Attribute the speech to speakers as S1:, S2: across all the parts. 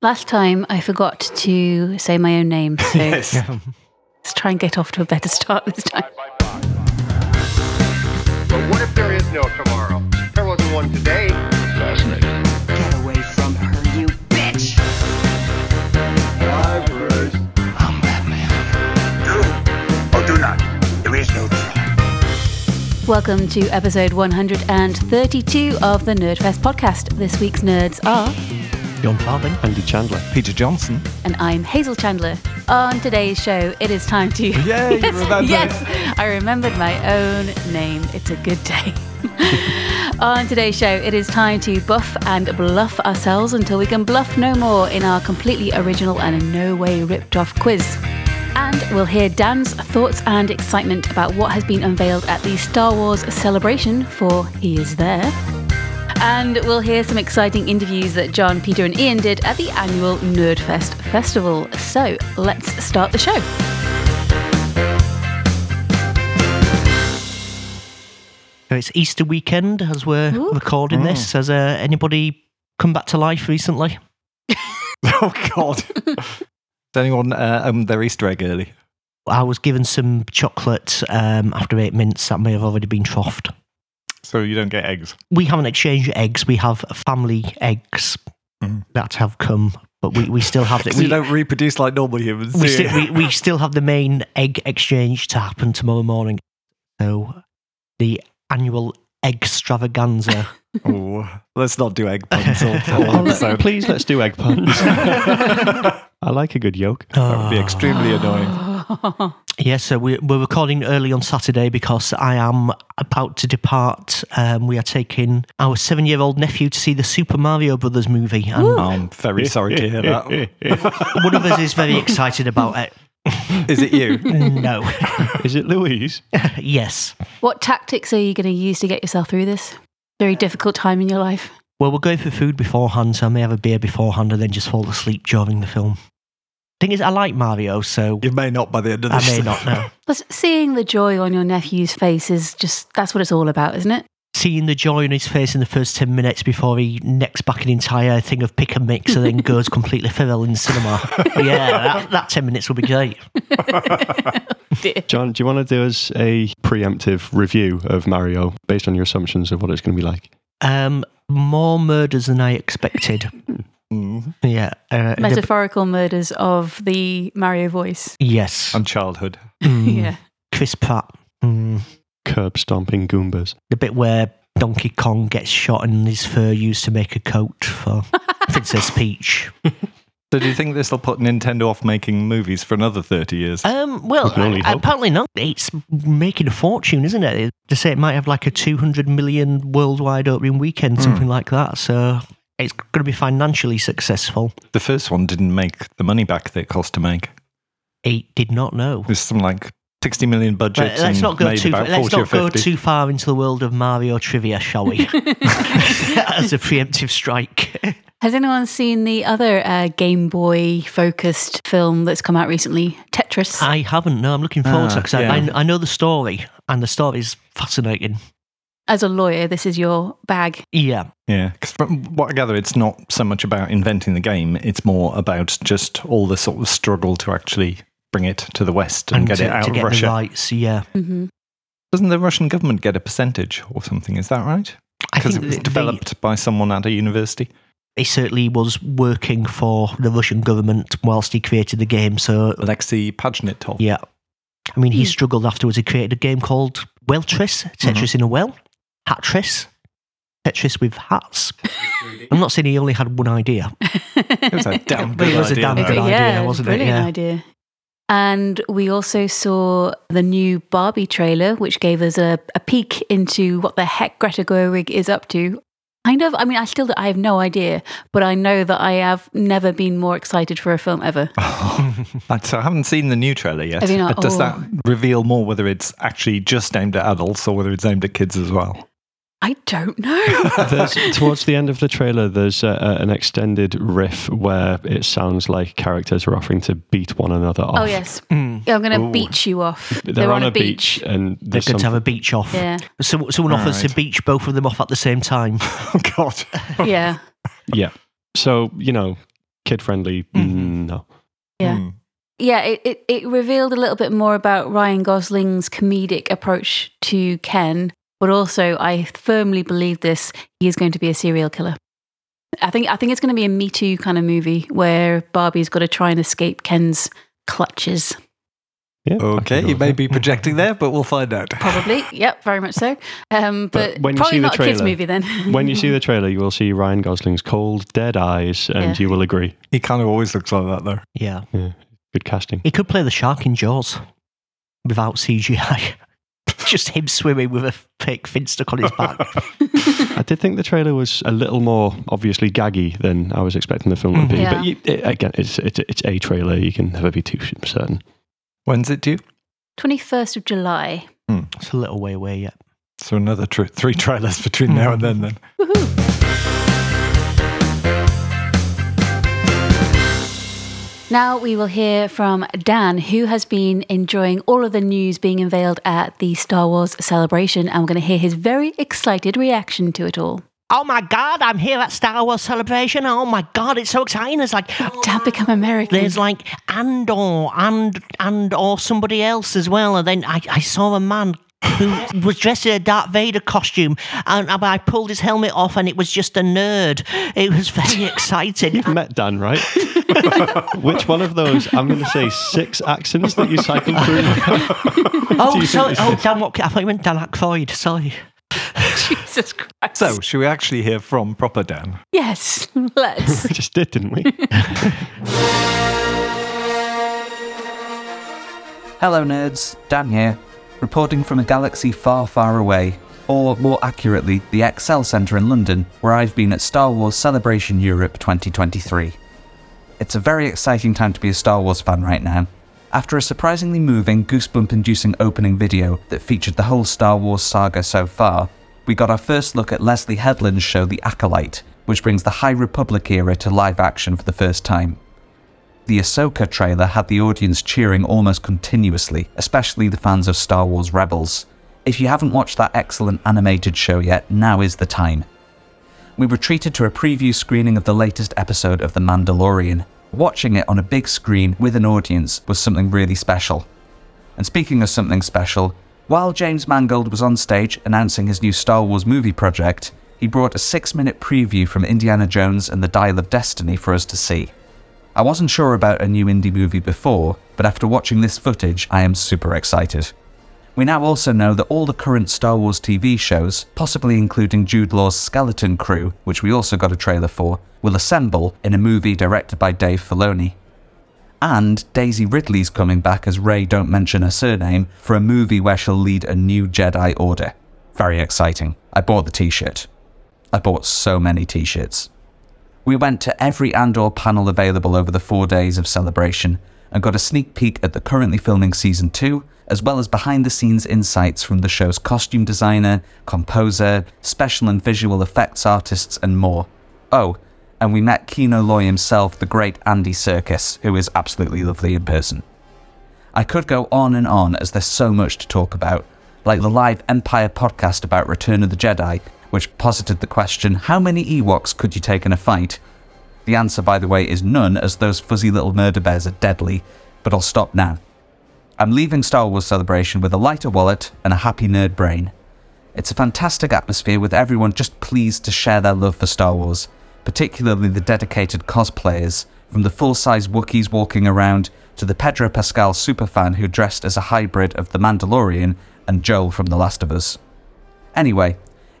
S1: Last time I forgot to say my own name, so
S2: Yes.
S1: let's try and get off to a better start this time.
S3: But what if there is no tomorrow? There wasn't one today.
S4: Get away from her, you bitch!
S5: I'm Batman. Do or do not. There is no try.
S1: Welcome to episode 132 of the Nerdfest podcast. This week's nerds are,
S2: John Farthing, Andy Chandler, Peter Johnson.
S1: and I'm Hazel Chandler. On today's show, it is time to.
S2: Yay, you remembered.
S1: yes, I remembered my own name. It's a good day. On today's show, it is time to buff and bluff ourselves until we can bluff no more in our completely original and in no way ripped off quiz. And we'll hear Dan's thoughts and excitement about what has been unveiled at the Star Wars celebration for He Is There. And we'll hear some exciting interviews that John, Peter, and Ian did at the annual Nerdfest Festival. So let's start the show.
S6: So Uh, it's Easter weekend as we're
S2: Mm.
S6: recording this. Has uh, anybody come back to life recently?
S2: Oh, God. Is anyone uh, um, their Easter egg early?
S6: I was given some chocolate um, after eight minutes that may have already been troughed.
S2: So you don't get eggs.
S6: We haven't exchanged eggs. We have family eggs
S2: Mm.
S6: that have come, but we, we still have the,
S2: 'Cause
S6: we,
S2: you don't reproduce like normal humans.
S6: we,
S2: do
S6: still,
S2: you?
S6: we, we still have the main egg exchange to happen tomorrow morning. So the annual extravaganza.
S2: Oh, let's not do egg puns all, all
S7: Oh, let-
S2: episode.
S7: please let's do egg puns. I like a good yolk.
S2: That
S7: Ah.
S2: would be extremely annoying.
S6: Yes, so we, we're recording early on Saturday because I am about to depart. Um, we are taking our seven year old nephew to see the Super Mario Brothers movie, and
S2: I'm very sorry to hear that.
S6: one of us is very excited about it.
S2: Is it you?
S6: No.
S7: Is it Louise?
S6: yes.
S1: What tactics are you going to use to get yourself through this very difficult time in your life?
S6: Well, we're going for food beforehand, so I may have a beer beforehand and then just fall asleep during the film. Thing is, I like Mario, so
S2: You may not by the end of
S6: I
S2: this.
S6: may not know.
S1: Plus, seeing the joy on your nephew's face is just that's what it's all about, isn't it?
S6: Seeing the joy on his face in the first 10 minutes before he necks back an entire thing of pick and mix and then goes completely feral in the cinema. yeah, that, that 10 minutes will be great.
S7: John, do you want to do us a preemptive review of Mario based on your assumptions of what it's going to be like?
S6: Um, more murders than I expected.
S2: Mm.
S6: yeah. Uh, the-
S1: Metaphorical murders of the Mario voice.
S6: yes.
S2: And childhood.
S6: Mm.
S1: Yeah.
S6: Chris Pratt. Mm.
S7: Curb stomping Goombas.
S6: The bit where Donkey Kong gets shot and his fur used to make a coat for Princess Peach.
S2: So do you think this will put Nintendo off making movies for another 30 years?
S6: Um, well,
S7: You can only
S6: uh,
S7: hope.
S6: apparently not. It's making a fortune, isn't it? They say it might have like a 200 million worldwide opening weekend, something like that. So it's going to be financially successful.
S2: The first one didn't make the money back that it cost to make.
S6: It did not know.
S2: There's some like 60 million budget.
S6: But let's
S2: and
S6: not go
S2: made
S6: too.
S2: about
S6: Let's
S2: 40 or
S6: not go
S2: 50.
S6: too far into the world of Mario trivia, shall we? As a preemptive strike.
S1: Has anyone seen the other uh, Game Boy focused film that's come out recently? Tetris.
S6: I haven't. No, I'm looking forward to
S2: Ah,
S6: it 'cause I-
S2: yeah.
S6: I, I know the story, and the story is fascinating.
S1: As a lawyer, this is your bag.
S6: Yeah,
S2: Yeah, because from what I gather, it's not so much about inventing the game; it's more about just all the sort of struggle to actually bring it to the West and, get
S6: to,
S2: it out
S6: to
S2: of
S6: get
S2: Russia.
S6: the rights. Yeah,
S1: hmm
S2: Doesn't the Russian government get a percentage or something? Is that right?
S6: I
S2: Because
S6: think
S2: it was
S6: that they-
S2: developed by someone at a university.
S6: he certainly was working for the Russian government whilst he created the game. So
S2: Alexei Pajnitov.
S6: yeah, I mean, he
S1: Hmm.
S6: struggled afterwards. He created a game called Weltris, Tetris
S2: Mm-hmm.
S6: in a well, Hattris, Tetris with hats. I'm not saying he only had one idea.
S2: It was a damn
S6: But
S2: good
S6: it was a
S2: idea.
S6: damn
S2: though.
S6: good idea,
S1: yeah,
S6: wasn't it?
S1: brilliant
S6: Yeah.
S1: idea. And we also saw the new Barbie trailer, which gave us a, a peek into what the heck Greta Gerwig is up to. Kind of. I mean, I still I have no idea, but I know that I have never been more excited for a film ever.
S2: And So I haven't seen the new trailer yet.
S1: Have you not?
S2: Uh, Does
S1: Oh.
S2: that reveal more whether it's actually just aimed at adults or whether it's aimed at kids as well?
S1: I don't know.
S7: There's, towards the end of the trailer, there's a, a, an extended riff where it sounds like characters are offering to beat one another off.
S1: oh yes, I'm going to
S2: Ooh.
S1: beat you off.
S7: They're, on, a beach, and
S6: They're
S7: there's
S6: going to
S7: some-
S6: have a beach off.
S1: Yeah,
S6: So someone offers
S2: Right.
S6: to beach both of them off at the same time.
S2: Oh God!
S1: yeah.
S7: Yeah. So, you know, kid friendly.
S6: Mhm.
S7: No.
S1: Yeah.
S2: Hmm.
S1: Yeah, it, it, it revealed a little bit more about Ryan Gosling's comedic approach to Ken, but also I firmly believe this he is going to be a serial killer. I think I think it's going to be a Me Too kind of movie where Barbie's got to try and escape Ken's clutches.
S7: Yeah, I can
S2: Okay,
S7: go
S2: you
S7: with
S2: may
S7: that.
S2: be projecting there, but we'll find out.
S1: Probably, yep, very much so. Um, but,
S7: But when you
S1: probably
S7: see the
S1: not a kids
S7: trailer-
S1: movie then.
S7: when you see the trailer, you will see Ryan Gosling's cold, dead eyes, and
S1: Yeah.
S7: you will agree.
S2: He kind of always looks like that, though.
S6: Yeah.
S7: Good casting.
S6: He could play the shark in Jaws without CGI. Just him swimming with a fake fin stuck on his back.
S7: I did think the trailer was a little more obviously gaggy than I was expecting the film would be.
S1: Mhm.
S7: But you, it, again, it's, it's it's a trailer. You can never be too certain.
S2: When's it due?
S1: twenty first of July.
S6: it's a little way away yet.
S2: So another tr- three trailers between now and then. Then
S1: Woohoo! Now we will hear from Dan, who has been enjoying all of the news being unveiled at the Star Wars celebration, and we're going to hear his very excited reaction to it all.
S6: Oh my god, I'm here at Star Wars Celebration. Oh my god, it's so exciting. It's like
S1: Dad become American.
S6: there's like Andor and and or somebody else as well. And then I, I saw a man who was dressed in a Darth Vader costume and I I pulled his helmet off and it was just a nerd. It was very exciting.
S7: You've met Dan, right? Which one of those? I'm going to say six accents that you cycled through.
S6: oh sorry oh Dan Watkins I thought you meant Dan Aykroyd, sorry.
S1: Jesus Christ.
S2: So, should we actually hear from proper Dan?
S1: yes, let's.
S7: we just did, didn't we?
S8: Hello, nerds. Dan here, reporting from a galaxy far, far away, or more accurately, the Excel Centre in London, where I've been at Star Wars Celebration Europe 2023. It's a very exciting time to be a Star Wars fan right now. After a surprisingly moving, goosebump inducing opening video that featured the whole Star Wars saga so far, we got our first look at Leslie Headland's show The Acolyte, which brings the High Republic era to live action for the first time. The Ahsoka trailer had the audience cheering almost continuously, especially the fans of Star Wars Rebels. If you haven't watched that excellent animated show yet, now is the time. We were treated to a preview screening of the latest episode of The Mandalorian. Watching it on a big screen with an audience was something really special. And speaking of something special, while James Mangold was on stage announcing his new Star Wars movie project, he brought a six minute preview from Indiana Jones and the Dial of Destiny for us to see. I wasn't sure about a new indie movie before, but after watching this footage, I am super excited. We now also know that all the current Star Wars TV shows, possibly including Jude Law's Skeleton Crew, which we also got a trailer for, will assemble in a movie directed by Dave Filoni. And Daisy Ridley's coming back as Rey Don't Mention Her Surname for a movie where she'll lead a new Jedi Order. Very exciting. I bought the t shirt. I bought so many t shirts. We went to every Andor panel available over the four days of celebration and got a sneak peek at the currently filming season two, as well as behind the scenes insights from the show's costume designer, composer, special and visual effects artists, and more. Oh, and we met Kino Loy himself, the great Andy Serkis, who is absolutely lovely in person. I could go on and on as there's so much to talk about, like the live Empire podcast about Return of the Jedi, which posited the question how many Ewoks could you take in a fight? The answer, by the way, is none, as those fuzzy little murder bears are deadly, but I'll stop now. I'm leaving Star Wars Celebration with a lighter wallet and a happy nerd brain. It's a fantastic atmosphere with everyone just pleased to share their love for Star Wars, particularly the dedicated cosplayers, from the full size Wookiees walking around to the Pedro Pascal superfan who dressed as a hybrid of The Mandalorian and Joel from The Last of Us. Anyway,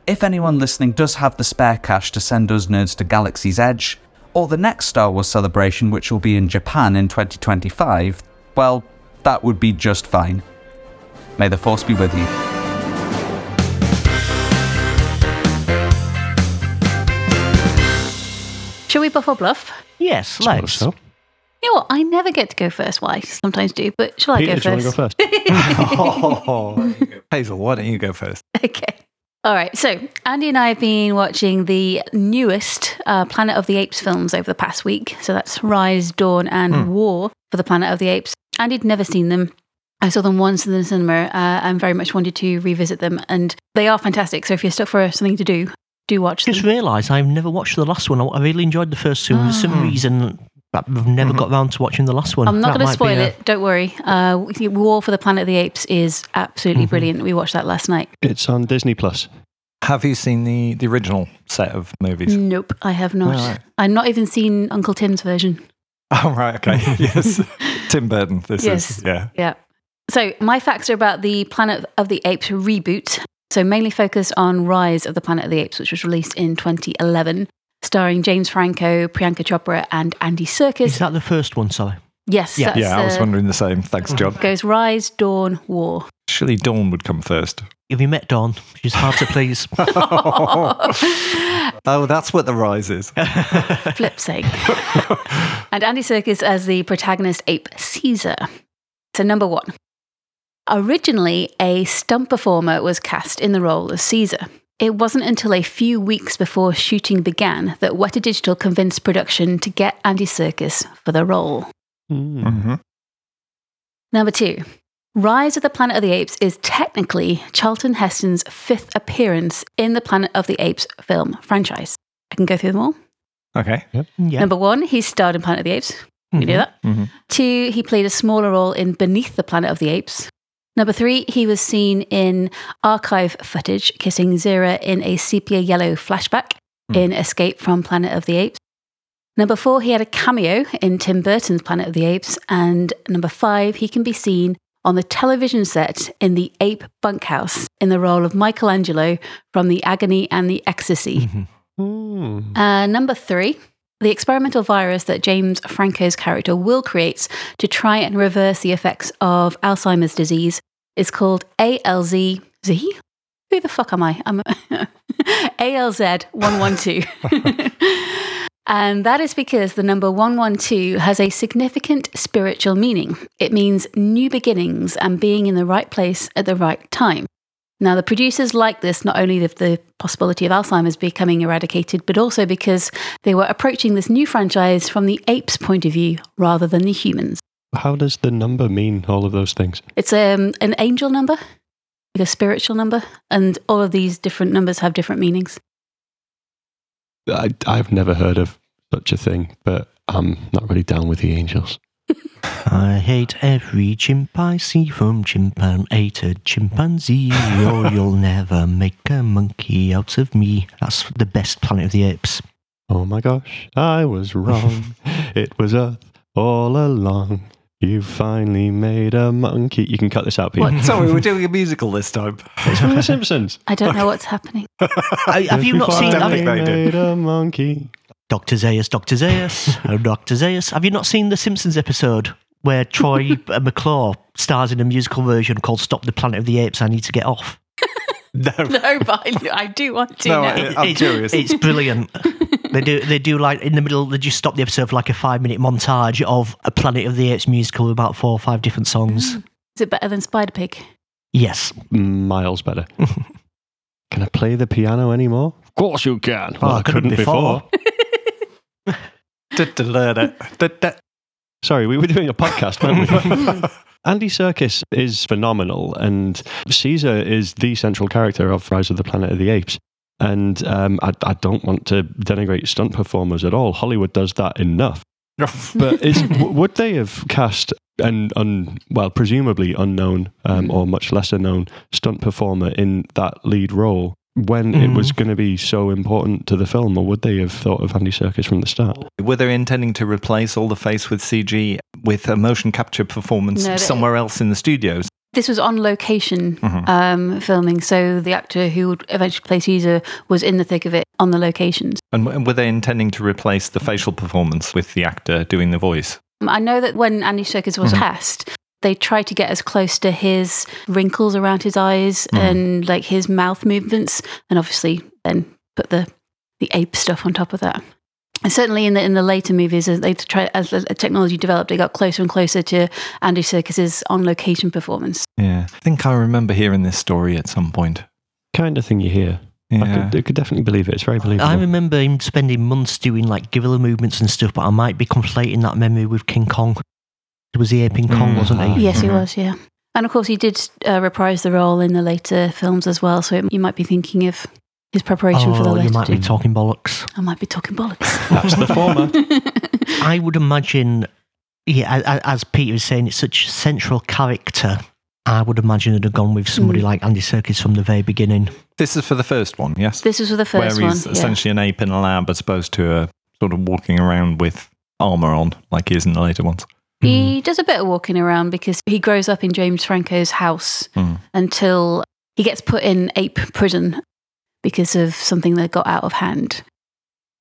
S8: if anyone listening does have the spare cash to send us nerds to Galaxy's Edge, or the next Star Wars celebration, which will be in Japan in 2025, well, that would be just fine. May the Force be with you.
S1: Shall we buff or bluff?
S6: Yes, let's.
S7: So,
S1: You know what? I never get to go first. Why? Sometimes do, but shall I
S7: Peter,
S1: go
S7: do you want to go
S1: first?
S7: first?
S2: Oh, Hazel, why don't you go first?
S1: Okay. All right. So Andy and I have been watching the newest uh, Planet of the Apes films over the past week. So that's Rise, Dawn, and
S6: Hmm.
S1: War for the Planet of the Apes. Andy'd never seen them. I saw them once in the cinema uh, and very much wanted to revisit them. And they are fantastic. So if you're stuck for something to do, do watch them.
S6: Just realised I've never watched the last one. I I really enjoyed the first two. and For some reason, I've never got round to watching the last one.
S1: I'm not going
S6: That
S1: to
S6: might be
S1: spoil
S6: a-
S1: it. Don't worry. Uh, War for the Planet of the Apes is absolutely
S6: Mm-hmm.
S1: brilliant. We watched that last night.
S7: It's on Disney Plus.
S2: Have you seen the, the original set of movies?
S1: Nope, I have not.
S2: Right.
S1: I've not even seen Uncle Tim's version.
S2: Oh, right. Okay. yes. Tim Burton. This
S1: Yes.
S2: is, yeah.
S1: Yeah. So my facts are about the Planet of the Apes reboot. So mainly focused on Rise of the Planet of the Apes, which was released in 2011, starring James Franco, Priyanka Chopra, and Andy
S6: Is
S1: Serkis.
S6: that the first one? Sorry.
S1: yes,
S6: Yeah. Oh,
S1: that's
S2: yeah. I was
S1: the-
S2: wondering the same. Thanks, John.
S1: Goes Rise, Dawn, War.
S2: Surely Dawn would come first.
S6: Have you met Dawn? She's hard to please.
S2: Oh, that's what the rise is.
S1: flip's sake. and Andy Serkis as the protagonist ape Caesar. So, number one. Originally, a stunt performer was cast in the role of Caesar. It wasn't until a few weeks before shooting began that Weta Digital convinced production to get Andy Serkis for the role.
S7: Mm.
S2: hmm
S1: Number two, Rise of the Planet of the Apes is technically Charlton Heston's fifth appearance in the Planet of the Apes film franchise. I can go through them all.
S2: Okay.
S6: Yeah. Mm-hmm.
S1: Number one, he starred in Planet of the Apes. We knew that.
S2: Mhm.
S1: Two, he played a smaller role in Beneath the Planet of the Apes. Number three, he was seen in archive footage kissing Zira in a sepia yellow flashback in Escape from Planet of the Apes. Number four, he had a cameo in Tim Burton's Planet of the Apes. And number five, he can be seen on the television set in the Ape Bunkhouse in the role of Michelangelo from The Agony and the Ecstasy.
S6: Hmm.
S7: Mm.
S1: Uh, number three, the experimental virus that James Franco's character Will creates to try and reverse the effects of Alzheimer's disease is called ALZ. Z? Who the fuck am I? I'm ALZ 112. And that is because the number 112 has a significant spiritual meaning. It means new beginnings and being in the right place at the right time. Now, the producers liked this not only of the possibility of Alzheimer's becoming eradicated, but also because they were approaching this new franchise from the apes' point of view rather than the humans.
S7: How does the number mean all of those things?
S1: It's um, an angel number, like a spiritual number, and all of these different numbers have different meanings.
S7: I, I've never heard of such a thing, but I'm not really down with the angels.
S6: I hate every chimp I see from chimpanated chimpanzee. or you'll never make a monkey out of me. That's the best Planet of the Apes.
S7: Oh my gosh, I was wrong. it was Earth all along. You finally made a monkey. You can cut this out, Pete.
S1: What?
S2: Sorry, we're doing a musical this time.
S7: It's from The Simpsons.
S1: I don't know what's happening.
S6: Uh, have
S7: Yes,
S6: you
S7: we
S6: not seen?
S2: Don't
S6: Have
S2: think
S6: you,
S2: they
S7: finally
S2: do.
S7: made a monkey.
S6: Dr. Zeus, Dr. Zeus, oh, Dr. Zeus. Have you not seen the Simpsons episode where Troy uh, McClure stars in a musical version called "Stop the Planet of the Apes"? I need to get off.
S2: No.
S1: No, but I, I do want to
S2: No,
S1: know.
S2: I- I'm
S6: it's,
S2: curious.
S6: It's brilliant. they do. They do like in the middle. They just stop the episode for like a five-minute montage of a Planet of the Apes musical with about four or five different songs.
S1: Is it better than Spider Pig?
S6: Yes.
S7: Miles better. can I play the piano anymore? Of course you can.
S2: Oh,
S6: Well, Oh, I couldn't before.
S7: Sorry, we were doing a podcast, weren't we? Andy Serkis is phenomenal, and Caesar is the central character of Rise of the Planet of the Apes. And um, I, I don't want to denigrate stunt performers at all. Hollywood does that enough. But is, w- would they have cast an, un, well, presumably unknown um, or much lesser known stunt performer in that lead role when it was going to be so important to the film, or would they have thought of Andy Serkis from the start?
S2: Were they intending to replace all the face with CG with a motion capture performance
S1: No, they-
S2: somewhere else in the studios?
S1: This was on location
S2: Mhm.
S1: um, filming, so the actor who would eventually play Caesar was in the thick of it on the locations.
S2: And w- were they intending to replace the facial performance with the actor doing the voice?
S1: Um, I know that when Andy Serkis
S6: Mm-hmm.
S1: was cast, they tried to get as close to his wrinkles around his eyes
S6: Mm-hmm.
S1: and like his mouth movements, and obviously then put the the ape stuff on top of that. And certainly in the in the later movies, as they try as the technology developed, it got closer and closer to Andy Serkis's on location performance.
S2: Yeah. I think I remember hearing this story at some point.
S7: Kind of thing you hear. I,
S2: Yeah.
S7: could, I could definitely believe it. It's very believable.
S6: I remember him spending months doing like gorilla movements and stuff, but I might be conflating that memory with King Kong. It was the ape in
S1: Hmm.
S6: Kong,
S2: Mm.
S6: wasn't he? Mm-hmm.
S1: Yes, he
S2: Mhm.
S1: was. Yeah, and of course he did uh, reprise the role in the later films as well. So it, you might be thinking of his preparation for the
S6: Oh, you
S1: later.
S6: might be
S1: two.
S6: talking bollocks.
S1: I might be talking bollocks.
S7: That's the former.
S6: I would imagine, yeah, a- a- as Peter was saying, it's such a central character. I would imagine it'd have gone with
S1: Hmm.
S6: somebody like Andy Serkis from the very beginning.
S2: This is for the first one, yes?
S1: This was for the
S2: Where
S1: first one.
S2: he's
S1: yeah.
S2: essentially an ape in a lab as opposed to a sort of walking around with armor on like he is in the later ones. Mm.
S1: He does a bit of walking around because he grows up in James Franco's house
S2: Mm.
S1: until he gets put in ape prison because of something that got out of hand.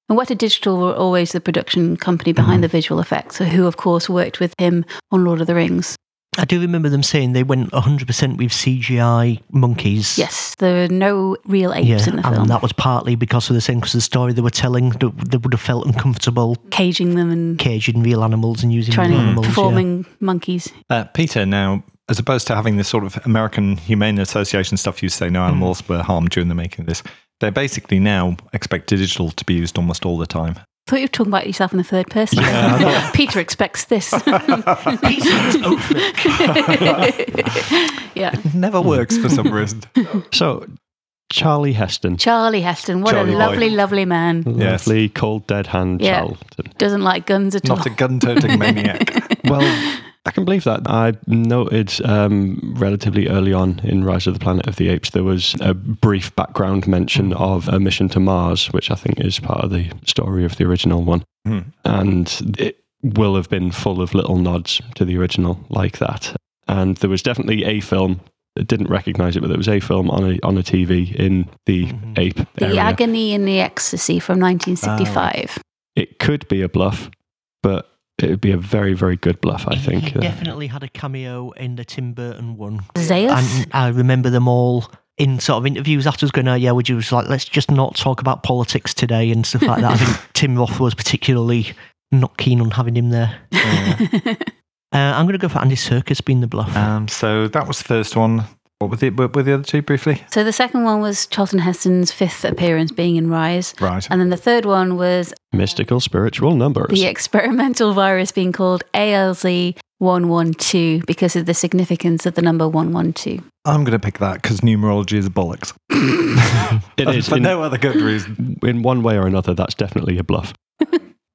S1: And Weta Digital were always the production company behind
S2: Mm-hmm.
S1: the visual effects, who, of course, worked with him on Lord of the Rings.
S6: I do remember them saying they went 100% with CGI monkeys.
S1: Yes, there are no real apes
S6: yeah,
S1: in the film.
S6: and that was partly because of the same, because the story they were telling, they, they would have felt uncomfortable
S1: Caging them and
S6: caging real animals and using
S1: trying
S6: real
S1: to
S6: animals. yeah.
S1: performing Mm, monkeys.
S2: Uh, Peter, now, as opposed to having this sort of American Humane Association stuff, you say no
S7: Mm.
S2: animals were harmed during the making of this. They basically now expect digital to be used almost all the time.
S1: thought you were talking about yourself in the third person. Peter expects this. yeah.
S2: It never works for some reason.
S7: So, Charlie Heston.
S1: Charlie Heston, what
S2: Charlie
S1: a lovely,
S2: Boyd.
S1: lovely man.
S2: Yes.
S7: Lovely, cold, dead hand
S1: Yeah.
S7: Charlton.
S1: Doesn't like guns at all.
S2: Not a gun toting maniac.
S7: Well, I can believe that. I noted um, relatively early on in Rise of the Planet of the Apes, there was a brief background mention of a mission to Mars, which I think is part of the story of the original one.
S2: Hmm.
S7: And it will have been full of little nods to the original like that. And there was definitely a film. I didn't recognize it, but there was a film on a on a TV in the
S6: Mhm.
S7: ape
S1: the
S7: area.
S1: Agony and the Ecstasy from
S2: Oh.
S1: 1965.
S7: it could be a bluff, but it would be a very very good bluff. I
S6: He
S7: think. Uh,
S6: definitely had a cameo in the Tim Burton one.
S1: Zeus?
S6: And I remember them all in sort of interviews afterwards going, oh, yeah, would you was like, let's just not talk about politics today and stuff like that. I think Tim Roth was particularly not keen on having him there. Uh, I'm going to go for Andy Serkis being the bluff.
S2: Um, so that was the first one. What were the, what were the other two briefly?
S1: so the second one was Charlton Heston's fifth appearance being in Rise.
S2: Right.
S1: And then the third one was
S7: mystical spiritual numbers.
S1: the experimental virus being called ALZ 112 because of the significance of the number 112.
S2: I'm going to pick that because numerology is bollocks.
S7: It is.
S2: For
S7: In,
S2: no other good reason.
S7: in one way or another, that's definitely a bluff.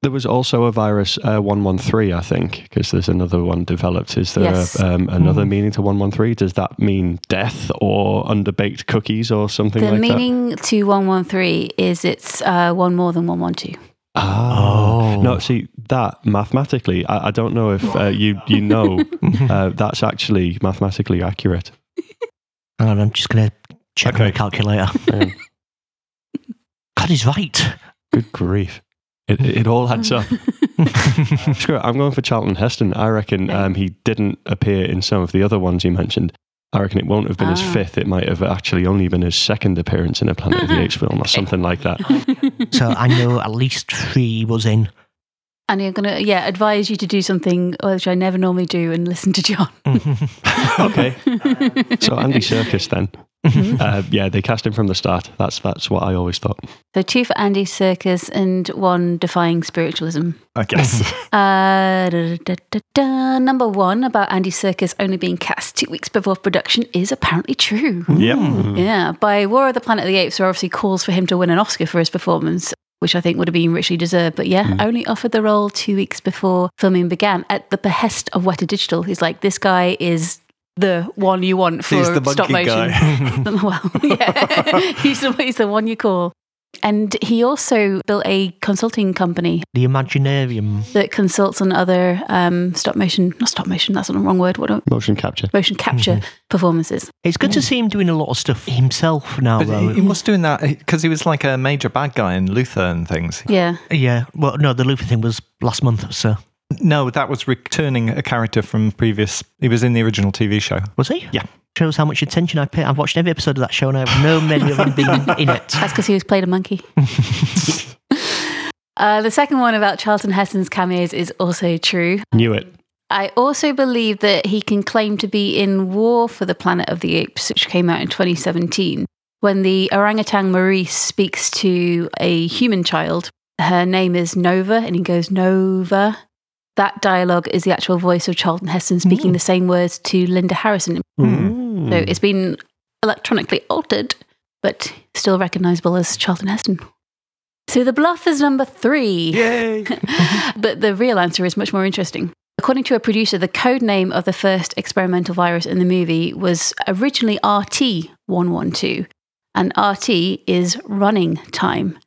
S7: there was also a virus uh, 113, I think, because there's another one developed. Is there
S1: Yes.
S7: a, um, another
S6: Mm.
S7: meaning to 113? Does that mean death or underbaked cookies or something
S1: The
S7: like that?
S1: meaning to 113 is it's uh, one more than 112.
S6: Oh.
S7: Ah. No, see, that mathematically, I, I don't know if uh, you, you know uh, that's actually mathematically accurate.
S6: Hang on, I'm just going to check my
S2: Okay.
S6: calculator.
S7: Um,
S6: God, he's right.
S7: good grief. It, it all adds up. Screw it. I'm going for Charlton Heston. I reckon um, he didn't appear in some of the other ones you mentioned. I reckon it won't have been
S1: Ah.
S7: his fifth. It might have actually only been his second appearance in a Planet of the Apes film or something like that.
S6: so I know at least three was in.
S1: And I'm going to, yeah, advise you to do something which I never normally do and listen to John.
S7: Okay. So Andy Circus then.
S6: Hmm?
S7: Uh, yeah, they cast him from the start. That's that's what I always thought.
S1: So two for Andy Circus and one defying spiritualism.
S2: I guess.
S1: Uh, da, da, da, da, da. Number one about Andy Circus only being cast two weeks before production is apparently true.
S2: yep.
S6: Hmm.
S1: Yeah, by War of the Planet of the Apes, there are obviously calls for him to win an Oscar for his performance, which I think would have been richly deserved. But
S2: Mm.
S1: yeah, only offered the role two weeks before filming began at the behest of Weta Digital. He's like, this guy is the one you want for
S2: He's the
S1: stop
S2: monkey
S1: motion. well, yeah, he's, the, he's the one you call. And he also built a consulting company
S6: The Imaginarium.
S1: that consults on other um, stop motion, not stop motion, that's the wrong word, what do I-
S7: Motion capture.
S1: motion capture
S2: Mm-hmm.
S1: performances.
S6: It's good to see him doing a lot of stuff himself now,
S2: But
S6: though.
S2: he, he was doing that because he was like a major bad guy in Luther and things.
S1: Yeah.
S6: Yeah, well, no, the Luther thing was last month, so
S2: No, that was returning a character from previous. He was in the original TV show.
S6: was he?
S2: Yeah.
S6: Shows how much attention I pay. I've watched every episode of that show and I have no memory of him being in it.
S1: That's because he was played a monkey. uh, the second one about Charlton Heston's cameos is also true.
S7: Knew it.
S1: I also believe that he can claim to be in War for the Planet of the Apes, which came out in 2017. When the orangutan Maurice speaks to a human child, her name is Nova, and he goes, Nova. That dialogue is the actual voice of Charlton Heston speaking the same words to Linda Harrison. So it's been electronically altered, but still recognizable as Charlton Heston. So the bluff is number three.
S2: Yay!
S1: But the real answer is much more interesting. According to a producer, the code name of the first experimental virus in the movie was originally RT112, and RT is running time.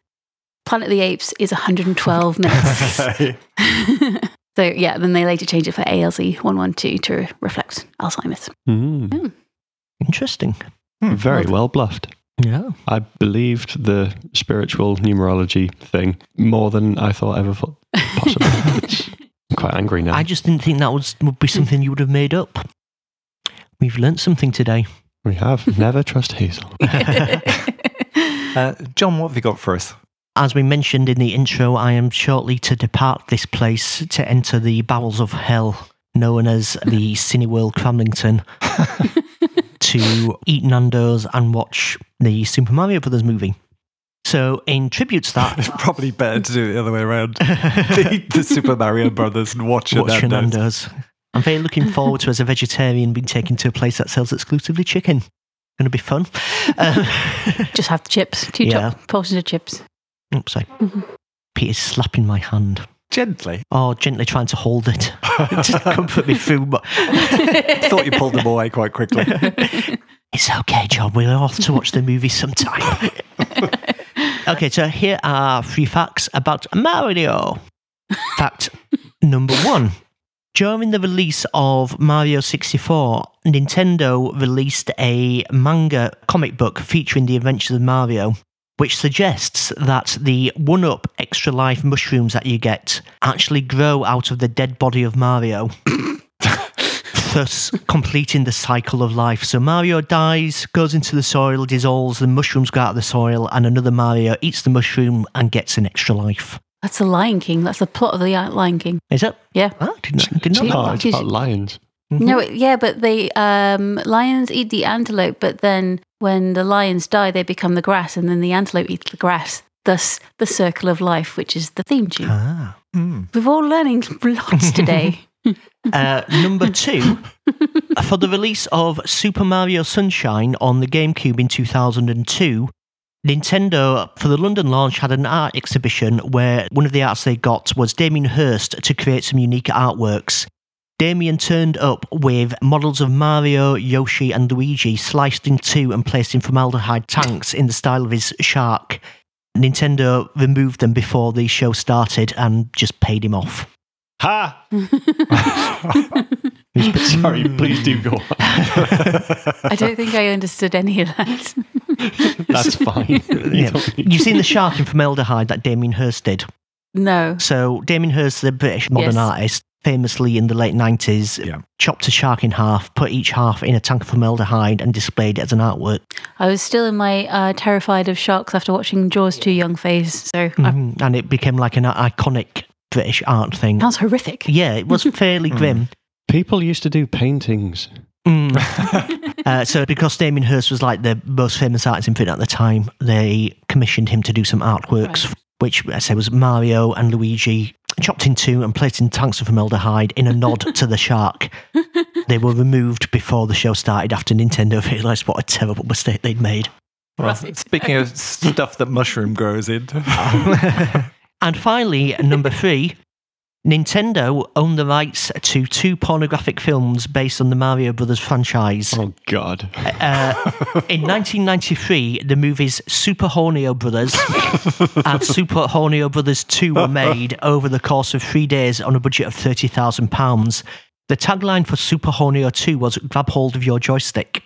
S1: Planet of the Apes is 112 minutes. so, yeah, then they later changed it for ALZ112 to reflect Alzheimer's.
S7: Mm.
S6: Interesting.
S7: Hmm, Very well bluffed.
S6: Hmm, Yeah.
S7: I believed the spiritual numerology thing more than I thought ever thought possible. I'm quite angry now.
S6: I just didn't think that was, would be something you would have made up. We've learnt something today.
S7: we have never trust Hazel.
S2: Uh, John, what have you got for us?
S6: As we mentioned in the intro, I am shortly to depart this place to enter the bowels of hell, known as the Cineworld Cramlington, to eat Nando's and watch the Super Mario Brothers movie. So, in tribute to that,
S2: Probably better to do it the other way around. the, the Super Mario Brothers and watch it.
S6: watch Nando's. I'm very looking forward to, as a vegetarian, being taken to a place that sells exclusively chicken. Going to be fun. Um,
S1: Just have the chips, two
S6: Yeah.
S1: top portions of chips.
S6: Oops, sorry. Peter's slapping my hand.
S2: Gently.
S6: Oh, gently trying to hold it. Just comfort me through. But
S2: Thought you pulled them away quite quickly.
S6: it's okay, John. We're off to watch the movie sometime. okay, so here are three facts about Mario. Fact number one. During the release of Mario 64, Nintendo released a manga comic book featuring the adventures of Mario, which suggests that the one up extra life mushrooms that you get actually grow out of the dead body of Mario, thus completing the cycle of life. So Mario dies, goes into the soil, dissolves, the mushrooms go out of the soil, and another Mario eats the mushroom and gets an extra life.
S1: That's the Lion King. That's the plot of the uh, Lion King.
S6: Is that?
S1: Yeah.
S6: Ah, I didn't, I didn't know
S7: No,
S6: that.
S7: it's about lions.
S6: Mm-hmm.
S1: No, it, yeah, but the um, lions eat the antelope, but then when the lions die, they become the grass, and then the antelope eats the grass. Thus, the circle of life, which is the theme tune.
S6: Ah.
S1: We're all learning lots today.
S6: Uh, number two, for the release of Super Mario Sunshine on the GameCube in 2002, Nintendo, for the London launch, had an art exhibition where one of the arts they got was Damien Hirst to create some unique artworks. Damien turned up with models of Mario, Yoshi, and Luigi sliced in two and placed in formaldehyde tanks in the style of his shark. Nintendo removed them before the show started and just paid him off.
S7: Ha! Sorry, please do go on.
S1: I don't think I understood any of that.
S7: That's fine.
S6: Yeah. You've seen the shark in formaldehyde that Damien Hirst did.
S1: No.
S6: So Damien Hirst, the British modern
S1: Yes.
S6: artist, famously in the late nineties,
S2: Yeah.
S6: chopped a shark in half, put each half in a tank of formaldehyde, and displayed it as an artwork.
S1: I was still in my uh, terrified of sharks after watching Jaws 2 Young phase, so that
S6: Mhm. And it became like an iconic British art thing.
S1: sounds horrific. Mm. Hmm.
S6: Yeah, it was fairly grim. Mm.
S7: People used to do paintings.
S6: Uh, so because Damien Hirst was like the most famous artist in Britain at the time, they commissioned him to do some artworks, which I say was Mario and Luigi chopped in two and placed in tanks of formaldehyde in a nod to the shark. They were removed before the show started after Nintendo realised what a terrible mistake they'd made.
S2: Well, speaking of stuff that mushroom grows in,
S6: And finally, number three, Nintendo owned the rights to two pornographic films based on the Mario Brothers franchise.
S7: Oh, God.
S6: Uh, in 1993, the movies Super Hornio Brothers and Super Hornio Brothers 2 were made over the course of three days on a budget of £30,000. The tagline for Super Hornio 2 was Grab hold of your joystick.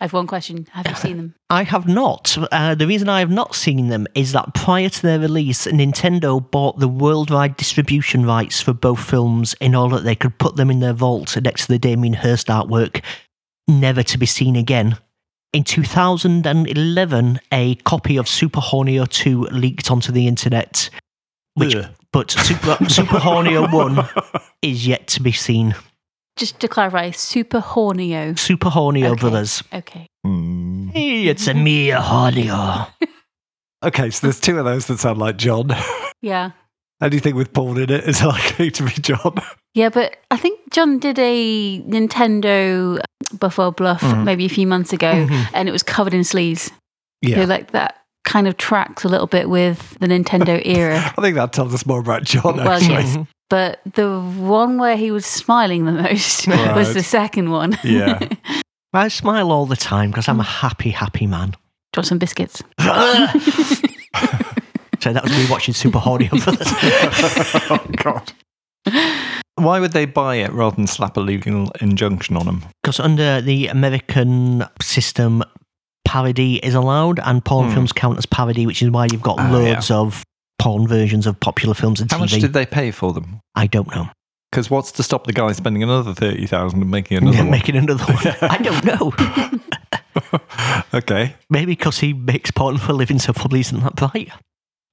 S1: I have one question. Have you seen them?
S6: I have not. Uh, the reason I have not seen them is that prior to their release, Nintendo bought the worldwide distribution rights for both films in order that they could put them in their vault next to the Damien Hirst artwork, never to be seen again. In 2011, a copy of Super Hornio 2 leaked onto the internet, which,
S7: Ugh.
S6: but Super, Super Hornio 1 is yet to be seen.
S1: Just to clarify, Super Hornio.
S6: Super Hornio
S1: Okay.
S6: Brothers.
S1: Okay.
S2: Hmm.
S6: Hey, it's a me, a Hornio.
S2: okay, so there's two of those that sound like John.
S1: Yeah.
S2: Anything with porn in it is likely to be John.
S1: Yeah, but I think John did a Nintendo Buff or Bluff maybe a few months ago, and it was covered in sleeves. You like that kind of tracks a little bit with the Nintendo era.
S2: I think that tells us more about John,
S1: well,
S2: actually.
S1: yes. But the one where he was smiling the most
S2: Right.
S1: was the second one.
S2: Yeah.
S6: I smile all the time because I'm a happy, happy man.
S1: Drop some biscuits.
S6: So that was me watching Super Horny over this.
S2: oh, God. Why would they buy it rather than slap a legal injunction on them?
S6: Because under the American system, parody is allowed, and porn
S2: Hmm.
S6: films count as parody, which is why you've got
S2: Ah,
S6: loads of porn versions of popular films and
S2: How much
S6: TV.
S2: did they pay for them?
S6: I don't know.
S2: Because what's to stop the guy spending another 30000 and making another one?
S6: Making another one. I don't know.
S2: okay.
S6: Maybe because he makes porn for a living, so probably isn't that right.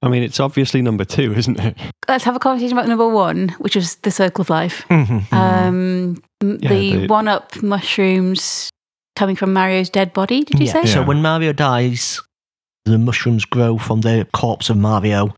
S7: I mean, it's obviously number two, isn't it?
S1: Let's have a conversation about number one, which was the circle of life.
S6: Mm-hmm.
S1: Um, m-
S7: Yeah,
S1: the
S7: the-
S1: one up mushrooms coming from Mario's dead body, did you
S6: Yeah.
S1: say?
S6: So
S2: Yeah.
S6: when Mario dies, the mushrooms grow from the corpse of Mario,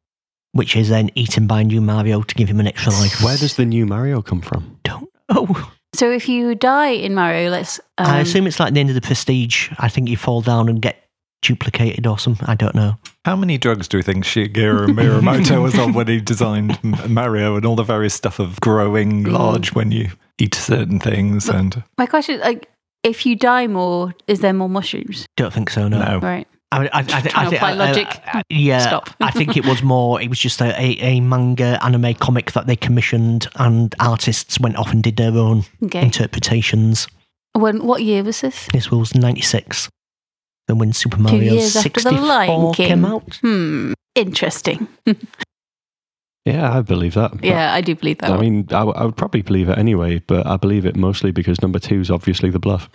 S6: which is then eaten by new Mario to give him an extra life.
S7: Where does the new Mario come from?
S6: don't know.
S1: So if you die in Mario, let's. Um,
S6: Oh. I assume it's like the end of the Prestige. I think you fall down and get duplicated or something. I don't know.
S2: How many drugs do you think Shigeru Miyamoto was on when he designed M- Mario and all the various stuff of
S1: Mm.
S2: growing large when you eat certain things? And
S1: My question, like, if you die more, is there more mushrooms?
S6: Don't think so. No.
S2: no,
S1: Right.
S6: I, I, I, I,
S1: Trying to
S6: thi-
S1: apply
S6: I- I-
S1: logic.
S6: I- yeah,
S1: Stop.
S6: I think it was more. It was just a, a, a manga anime comic that they commissioned, and artists went off and did their own
S1: Okay.
S6: interpretations.
S1: When what year was this?
S6: This was ninety six. Then when Super Mario
S1: years after the
S6: sixty
S1: Lion
S6: four
S1: King.
S6: came out,
S1: Hmm. Interesting.
S7: Yeah, I believe that. but-
S1: Yeah, I do believe that.
S7: I
S1: one.
S7: mean, I, w- I would probably believe it anyway, but I believe it mostly because number two is obviously the bluff.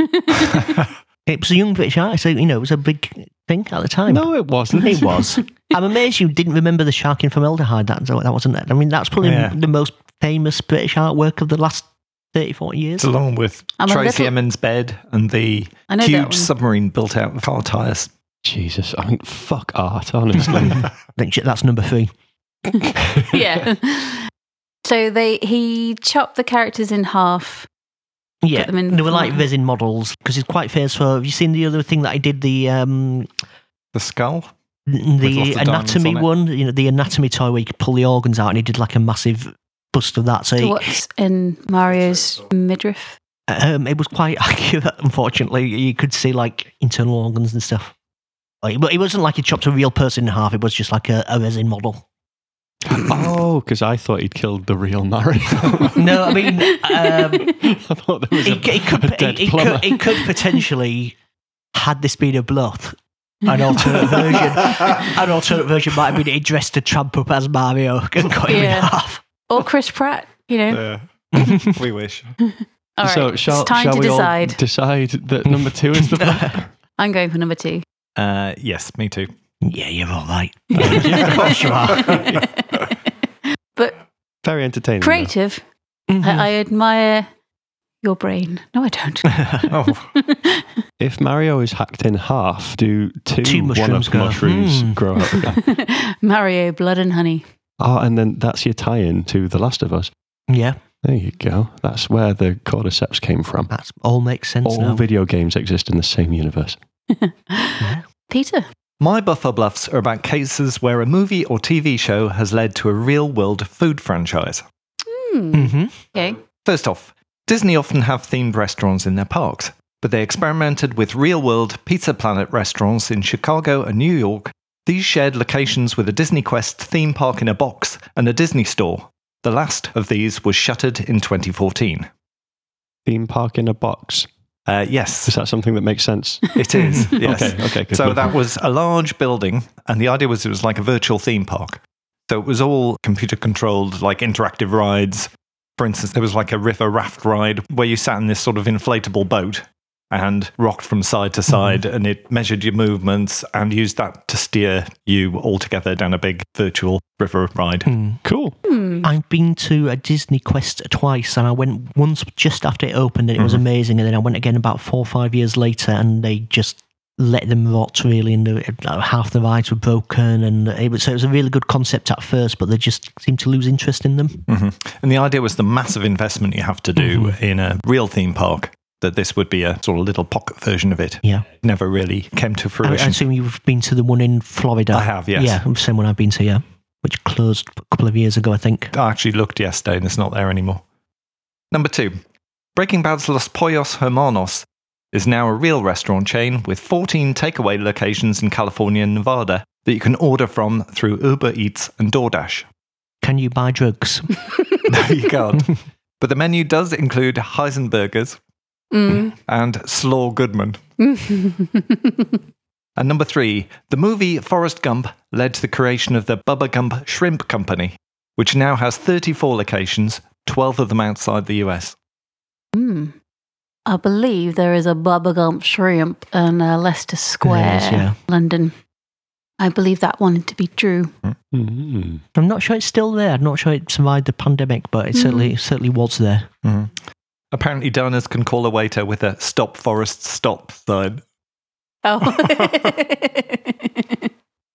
S6: it was a young British artist. So you know, it was a big thing at the time.
S7: no, it wasn't.
S6: It was. I'm amazed you didn't remember the shark in formaldehyde. That that wasn't it. I mean, that's probably
S2: Yeah.
S6: the most famous British artwork of the last 30, 40 years.
S2: along with
S1: I'm a
S2: Tracy
S1: little-
S2: Emin's bed and the
S1: I know that one.
S2: huge submarine built out of car tires.
S7: Jesus, I mean, fuck art, honestly.
S6: I think that's number three.
S1: yeah. So they he chopped the characters in half.
S6: Yeah,
S1: them in
S6: they were like
S1: formaldehyde.
S6: resin models because he's quite fierce. For have you seen the other thing that I did? The um,
S2: The skull?
S6: the
S2: lots of diamonds
S6: anatomy
S2: on it.
S6: one. You know, the anatomy toy where you could pull the organs out, and he did like a massive bust of that. So he-
S1: What's in Mario's midriff?
S6: um, it was quite accurate. Unfortunately, you could see like internal organs and stuff. Like, But it wasn't like he chopped a real person in half. It was just like a, a resin model.
S7: oh, because I thought he'd killed the real Mario.
S6: No, I mean, um,
S7: I thought there was a,
S6: it, it could,
S7: a dead
S6: it, it
S7: plumber.
S6: could, it could potentially, had this been a bluff, an alternate version, an alternate version might have been he dressed a tramp up as Mario and cut him in
S1: Yeah.
S6: half.
S1: Or Chris Pratt, you know.
S2: Yeah. we wish.
S1: All right.
S7: so shall,
S1: it's time
S7: shall
S1: to
S7: we
S1: decide.
S7: all decide that number two is the bluff?
S1: I'm going for number two.
S2: Uh, yes, me too.
S6: Yeah, you're all right.
S7: Yeah.
S6: of course you are.
S1: but
S7: Very entertaining. though.
S1: creative. I, I admire your brain. No, I don't.
S2: Oh,
S7: If Mario is hacked in half, do two,
S6: Two mushrooms
S7: one-up
S6: go,
S7: mushrooms
S6: "Hmm."
S7: grow up again?
S1: Mario, blood and honey.
S7: oh, and then that's your tie-in to The Last of Us.
S6: Yeah,
S7: There you go. That's where the cordyceps came from.
S6: that's all makes sense
S7: All
S6: now.
S7: video games exist in the same universe.
S1: Peter.
S2: My buffer bluffs are about cases where a movie or TV show has led to a real world food franchise.
S1: Hmm.
S6: hmm
S1: Okay.
S2: First off, Disney often have themed restaurants in their parks, but they experimented with real world Pizza Planet restaurants in Chicago and New York. These shared locations with a Disney Quest theme park in a box and a Disney store. The last of these was shuttered in 2014.
S7: Theme park in a box.
S2: Uh, yes,
S7: Is that something that makes sense?
S2: it is. yes.
S7: Okay, okay. Good
S2: So
S7: good.
S2: that was a large building, and the idea was it was like a virtual theme park. So it was all computer controlled, like interactive rides. For instance, there was like a river raft ride where you sat in this sort of inflatable boat and rocked from side
S7: Mm-hmm.
S2: to side, and it measured your movements and used that to steer you all together down a big virtual river ride.
S7: cool.
S1: Hmm.
S6: I've been to a Disney Quest twice, and I went once just after it opened, and it was
S2: Mm-hmm.
S6: amazing. And then I went again about four or five years later, and they just let them rot really, and the, uh, half the rides were broken, and it was so it was a really good concept at first, but they just seemed to lose
S2: Mm-hmm.
S6: interest in them. Mm-hmm.
S2: And the idea was the massive investment you have to do in a real theme park that this would be a sort of little pocket version of it.
S6: Yeah.
S2: Never really came to
S6: I, I
S2: fruition.
S6: assume you've been to the one in Florida.
S2: I have, yes.
S6: Yeah, same one I've been to, yeah. Which closed a couple of years ago, I think.
S2: I actually looked yesterday and it's not there anymore. Number two, Breaking Bad's Los Pollos Hermanos is now a real restaurant chain with 14 takeaway locations in California and Nevada that you can order from through Uber Eats and DoorDash.
S6: Can you buy drugs?
S2: No, you can't. but the menu does include Heisenbergers
S1: Mm.
S2: and Slaw Goodman. And number three, the movie Forrest Gump led to the creation of the Bubba Gump Shrimp Company, which now has 34 locations, 12 of them outside the US.
S1: Mm. I believe there is a Bubba Gump shrimp in uh, Leicester Square,
S6: yeah.
S1: London. I believe that wanted to be true.
S2: Hmm.
S7: Mm.
S6: I'm not sure it's still there. I'm not sure it survived the pandemic, but it
S2: Hmm.
S6: certainly certainly was there.
S2: Apparently, diners can call a waiter with a stop Forrest stop sign.
S1: Oh.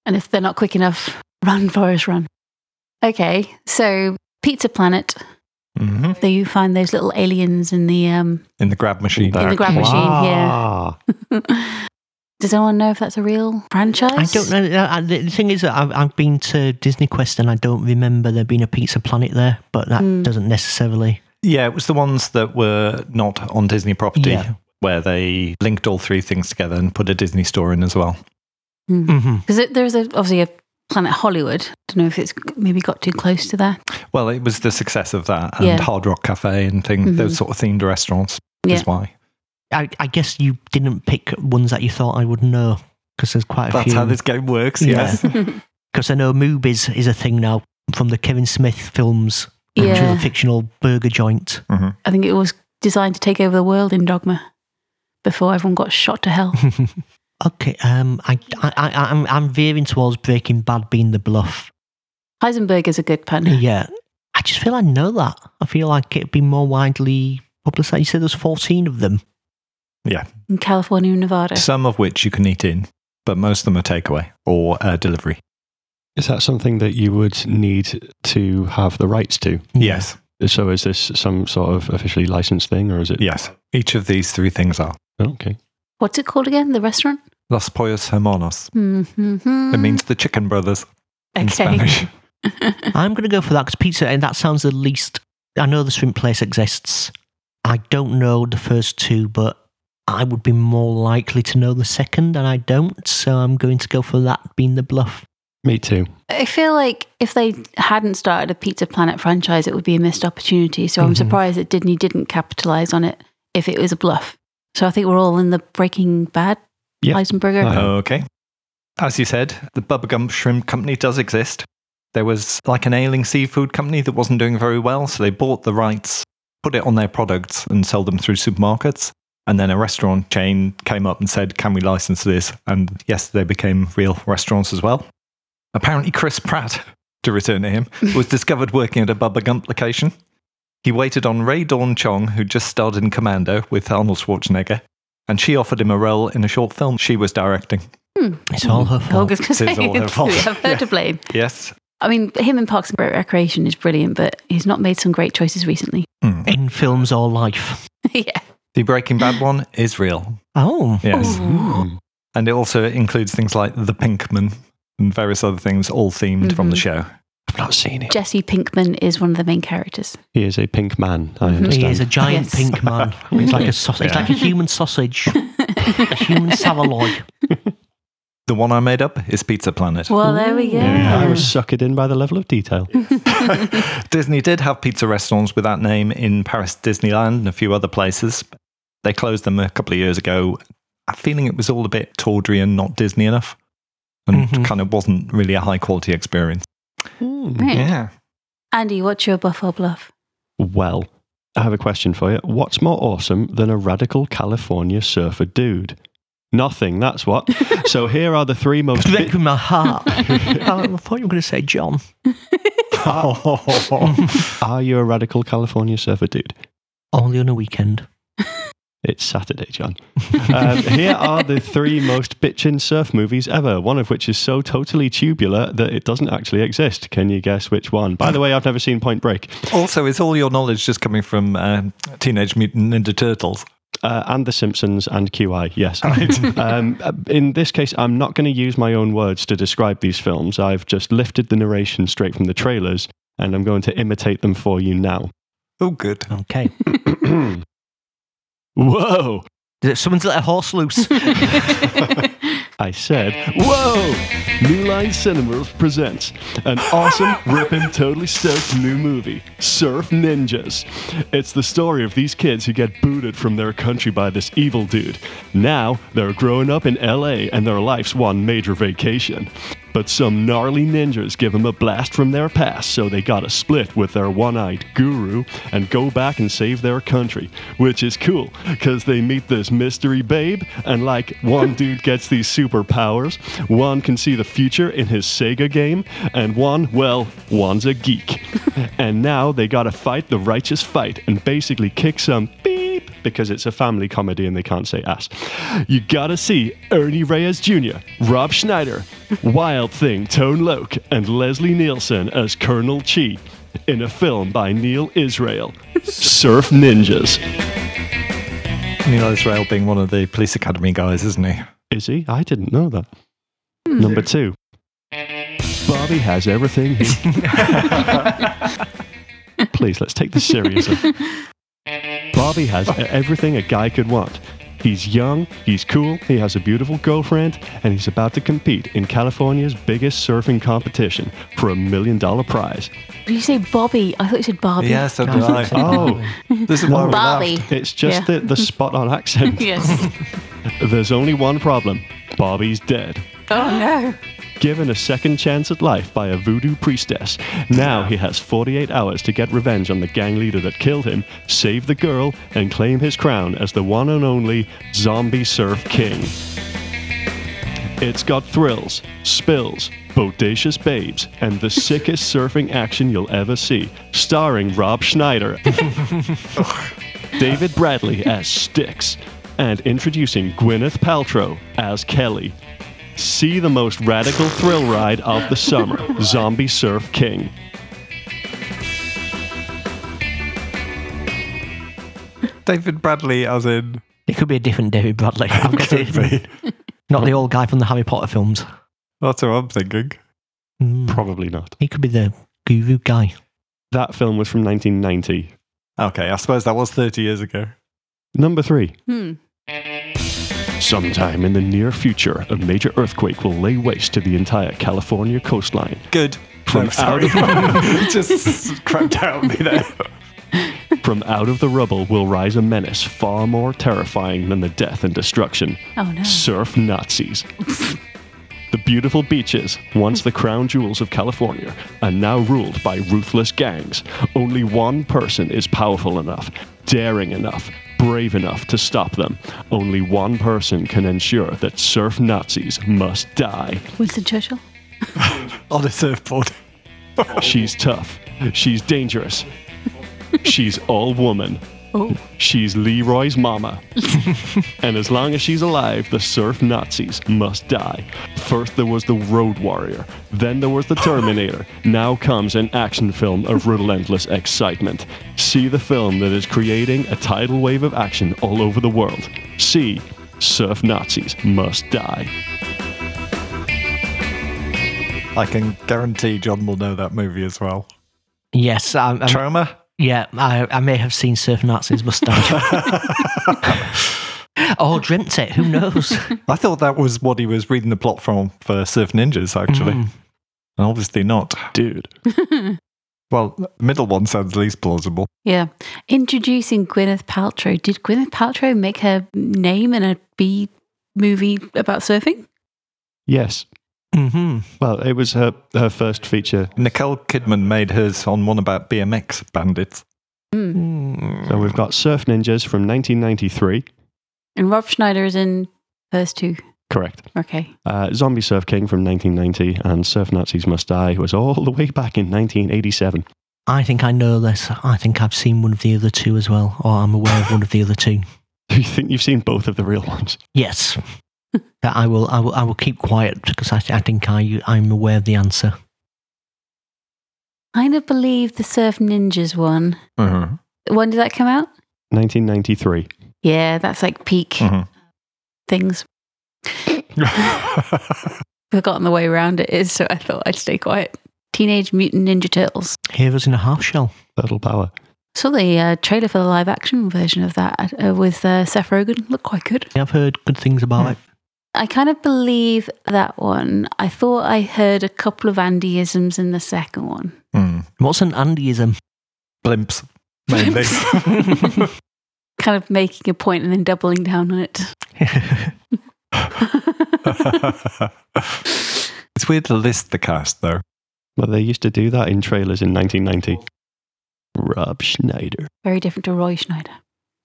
S1: and if they're not quick enough, run, Forest, run. Okay, so Pizza Planet,
S2: hmm
S1: there you find those little aliens in the. Um,
S2: In the grab machine.
S1: In the grab machine, yeah.
S7: Ah.
S1: does anyone know if that's a real franchise?
S6: I don't know. I- I- The thing is, that I've, I've been to Disney Quest and I don't remember there being a Pizza Planet there, but that
S1: Mm.
S6: doesn't necessarily.
S2: Yeah, it was the ones that were not on Disney property
S6: Yeah.
S2: where they linked all three things together and put a Disney store in as well.
S6: Mm-hmm.
S1: Because there's a, obviously a Planet Hollywood. don't know if it's maybe got too close to that.
S2: Well, it was the success of that and
S1: Yeah.
S2: Hard Rock Cafe and things,
S1: Mhm.
S2: those sort of themed restaurants
S1: Yeah.
S2: is why.
S6: I, I guess you didn't pick ones that you thought I would know because there's quite a
S2: That's
S6: few.
S2: how this game works,
S6: Yeah.
S2: yes.
S6: Because I know Moobies is a thing now from the Kevin Smith films, which is
S1: Yeah.
S6: a fictional burger joint.
S1: I think it was designed to take over the world in Dogma before everyone got shot to hell.
S2: Mm-hmm.
S6: Okay, um, I, I, I, I'm, I'm veering towards Breaking Bad being the bluff.
S1: Heisenberg is a good pun.
S6: Yeah, I just feel I know that. I feel like it'd be more widely publicised. You said there's 14 of them.
S1: In California and Nevada.
S2: Some of which you can eat in, but most of them are takeaway or uh, delivery.
S7: Is that something that you would need to have the rights to?
S2: Yes.
S7: So is this some sort of officially licensed thing, or is it?
S2: Yes. Each of these three things are.
S7: Oh, okay.
S1: What's it called again? The restaurant?
S2: Los Pollos Hermanos.
S1: Mm-hmm.
S2: It means the chicken brothers in Spanish.
S1: okay.
S6: I'm going to go for that because pizza, and that sounds the least. I know the shrimp place exists. I don't know the first two, but I would be more likely to know the second, and I don't. So I'm going to go for that being the bluff.
S7: Me too.
S1: I feel like if they hadn't started a Pizza Planet franchise, it would be a missed opportunity. So I'm
S6: Mhm.
S1: surprised that Disney didn't capitalize on it if it was a bluff. So I think we're all in the Breaking Bad
S7: Yeah.
S1: Heisenberger.
S7: Uh-huh.
S2: Okay. As you said, the Bubba Gump Shrimp Company does exist. There was like an ailing seafood company that wasn't doing very well, so they bought the rights, put it on their products, and sold them through supermarkets. And then a restaurant chain came up and said, Can we license this? And yes, they became real restaurants as well. Apparently, Chris Pratt, to return to him, was discovered working at a Bubba Gump location. He waited on Ray Dawn Chong, who just starred in Commando with Arnold Schwarzenegger, and she offered him a role in a short film she was directing.
S1: Hmm.
S6: It's all her fault.
S1: Olga's gonna
S2: This is
S1: say,
S2: all their fault.
S1: we have her
S2: Yeah.
S1: to blame.
S2: Yes.
S1: I mean, him in Parks and Rec- Recreation is brilliant, but he's not made some great choices recently.
S6: In films or life.
S1: yeah.
S2: Hmm. The Breaking Bad one is real.
S6: Oh.
S2: Yes.
S7: Mm.
S2: And it also includes things like The Pinkman and various other things, all themed from the
S6: Mm-hmm.
S2: show.
S7: I've not seen it.
S1: Jesse Pinkman is one of the main characters.
S7: He is a pink man. I understand.
S6: He is a giant
S1: Yes.
S6: pink man. He's like a sausage. He's
S2: Yeah.
S6: Mm-hmm. like a human sausage. a human saveloy.
S2: The one I made up is Pizza Planet.
S1: Well, there we go.
S7: Yeah, I was suckered in by the level of detail.
S2: Disney did have pizza restaurants with that name in Paris Disneyland and a few other places. They closed them a couple of years ago. I'm feeling it was all a bit tawdry and not Disney enough and
S7: Mm-hmm.
S6: Mhm.
S2: kind of wasn't really a high quality experience.
S7: Hmm.
S1: Right. Andy, what's your buff or bluff?
S7: Well, I have a question for you. What's more awesome than a radical California surfer dude? Nothing, that's what. so here are the three most.
S6: Back with my heart. Oh, I thought you were going to say John.
S7: are you a radical California surfer dude?
S6: Only on a weekend.
S7: It's Saturday, John. Um, here are the three most bitchin' surf movies ever, one of which is so totally tubular that it doesn't actually exist. Can you guess which one? By the way, I've never seen Point Break.
S2: also, is all your knowledge just coming from um, Teenage Mutant uh, Ninja Turtles?
S7: Uh, and The Simpsons and QI, yes. um, uh, in this case, I'm not going to use my own words to describe these films. I've just lifted the narration straight from the trailers, and I'm going to imitate them for you now.
S2: Oh, good.
S6: Okay.
S7: Whoa!
S6: Someone's let a horse loose.
S7: I said, Whoa! New Line Cinema presents an awesome, ripping, totally stoked new movie, Surf Ninjas. It's the story of these kids who get booted from their country by this evil dude. Now, they're growing up in LA and their life's one major vacation. But some gnarly ninjas give them a blast from their past, so they gotta split with their one eyed guru and go back and save their country. Which is cool, because they meet this mystery babe, and like one dude gets these superpowers, one can see the future in his Sega game, and one, well, one's a geek. and now they gotta fight the righteous fight and basically kick some beep because it's a family comedy and they can't say ass. You gotta see Ernie Reyes Jr., Rob Schneider, Wild Thing Tone Loke, and Leslie Nielsen as Colonel Chi in a film by Neil Israel, Surf Ninjas.
S2: Neil Israel being one of the police academy guys, isn't he?
S7: Is he? I didn't know that. Number two. Bobby has everything he. Please, let's take this seriously. Bobby has e- everything a guy could want. He's young, he's cool, he has a beautiful girlfriend, and he's about to compete in California's biggest surfing competition for a million dollar prize.
S1: Did you say Bobby? I thought you said Barbie.
S2: Yeah, so did I.
S7: Oh,
S2: This is why we
S1: Barbie.
S2: laughed.
S7: it's just
S1: Yeah.
S7: the, the spot on accent.
S1: Yes.
S7: There's only one problem Bobby's dead.
S1: oh no.
S7: given a second chance at life by a voodoo priestess. Now he has 48 hours to get revenge on the gang leader that killed him, save the girl, and claim his crown as the one and only Zombie Surf King. It's got thrills, spills, bodacious babes, and the sickest surfing action you'll ever see, starring Rob Schneider, David Bradley as Styx, and introducing Gwyneth Paltrow as Kelly. See the most radical thrill ride of the summer, Zombie Surf King.
S2: David Bradley, as in.
S6: it could be a different David Bradley. Not the old guy from the Harry Potter films.
S2: That's what I'm thinking.
S6: Mm.
S7: Probably not.
S6: He could be the guru guy.
S7: That film was from 1990.
S2: Okay, I suppose that was 30 years ago.
S7: Number three.
S1: Hmm.
S7: Sometime in the near future, a major earthquake will lay waste to the entire California coastline.
S2: Good.
S7: From
S2: I'm sorry. Just crept out of me there.
S7: From out of the rubble will rise a menace far more terrifying than the death and destruction
S1: Oh no.
S7: surf Nazis. the beautiful beaches, once the crown jewels of California, are now ruled by ruthless gangs. Only one person is powerful enough, daring enough, brave enough to stop them. Only one person can ensure that surf Nazis must die.
S1: Winston Churchill.
S2: On a surfboard.
S7: She's tough. She's dangerous. She's all woman.
S1: Oh.
S7: She's Leroy's mama. and as long as she's alive, the surf Nazis must die. First there was the Road Warrior, then there was the Terminator. now comes an action film of relentless excitement. See the film that is creating a tidal wave of action all over the world. See Surf Nazis Must Die.
S2: I can guarantee John will know that movie as well.
S6: Yes, I, I,
S2: Trauma?
S6: yeah, I, I may have seen Surf Nazis mustache. or dreamt it. Who knows?
S2: I thought that was what he was reading the plot from for Surf Ninjas, actually.
S6: Mm.
S2: And obviously not.
S7: Dude.
S2: Well, the middle one sounds least plausible.
S1: Yeah. Introducing Gwyneth Paltrow. Did Gwyneth Paltrow make her name in a B movie about surfing?
S7: Yes.
S6: hmm
S7: Well, it was her, her first feature
S2: Nicole Kidman made hers on one about BMX bandits.
S1: Hmm.
S7: So we've got Surf Ninjas from 1993.
S1: And Rob Schneider is in first two.
S7: Correct.
S1: Okay.
S7: Uh, Zombie Surf King from 1990 and Surf Nazis Must Die was all the way back in 1987.
S6: I think I know this. I think I've seen one of the other two as well, or I'm aware of one of the other two.
S7: Do you think you've seen both of the real ones?
S6: Yes. That I will, I will, I will keep quiet because I, I think I, I'm aware of the answer.
S1: Kind of believe the Surf Ninjas one.
S2: Mm-hmm.
S1: When did that come out?
S7: 1993.
S1: Yeah, that's like peak
S7: Mm-hmm.
S2: Mhm.
S1: things. Forgotten the way around it is, so I thought I'd stay quiet. Teenage Mutant Ninja Turtles.
S6: Heroes in a half shell.
S7: Turtle power.
S1: Saw the uh, trailer for the live action version of that uh, with uh, Seth Rogen. Looked quite good.
S6: Yeah, I've heard good things about it.
S1: I kind of believe that one. I thought I heard a couple of Andyisms in the second one.
S2: Hmm.
S6: What's an Andyism?
S2: Blimps. Mainly.
S1: Kind of making a point and then doubling down on it.
S2: it's weird to list the cast, though.
S7: Well, they used to do that in trailers in 1990. Rob Schneider.
S1: Very different to Roy Schneider.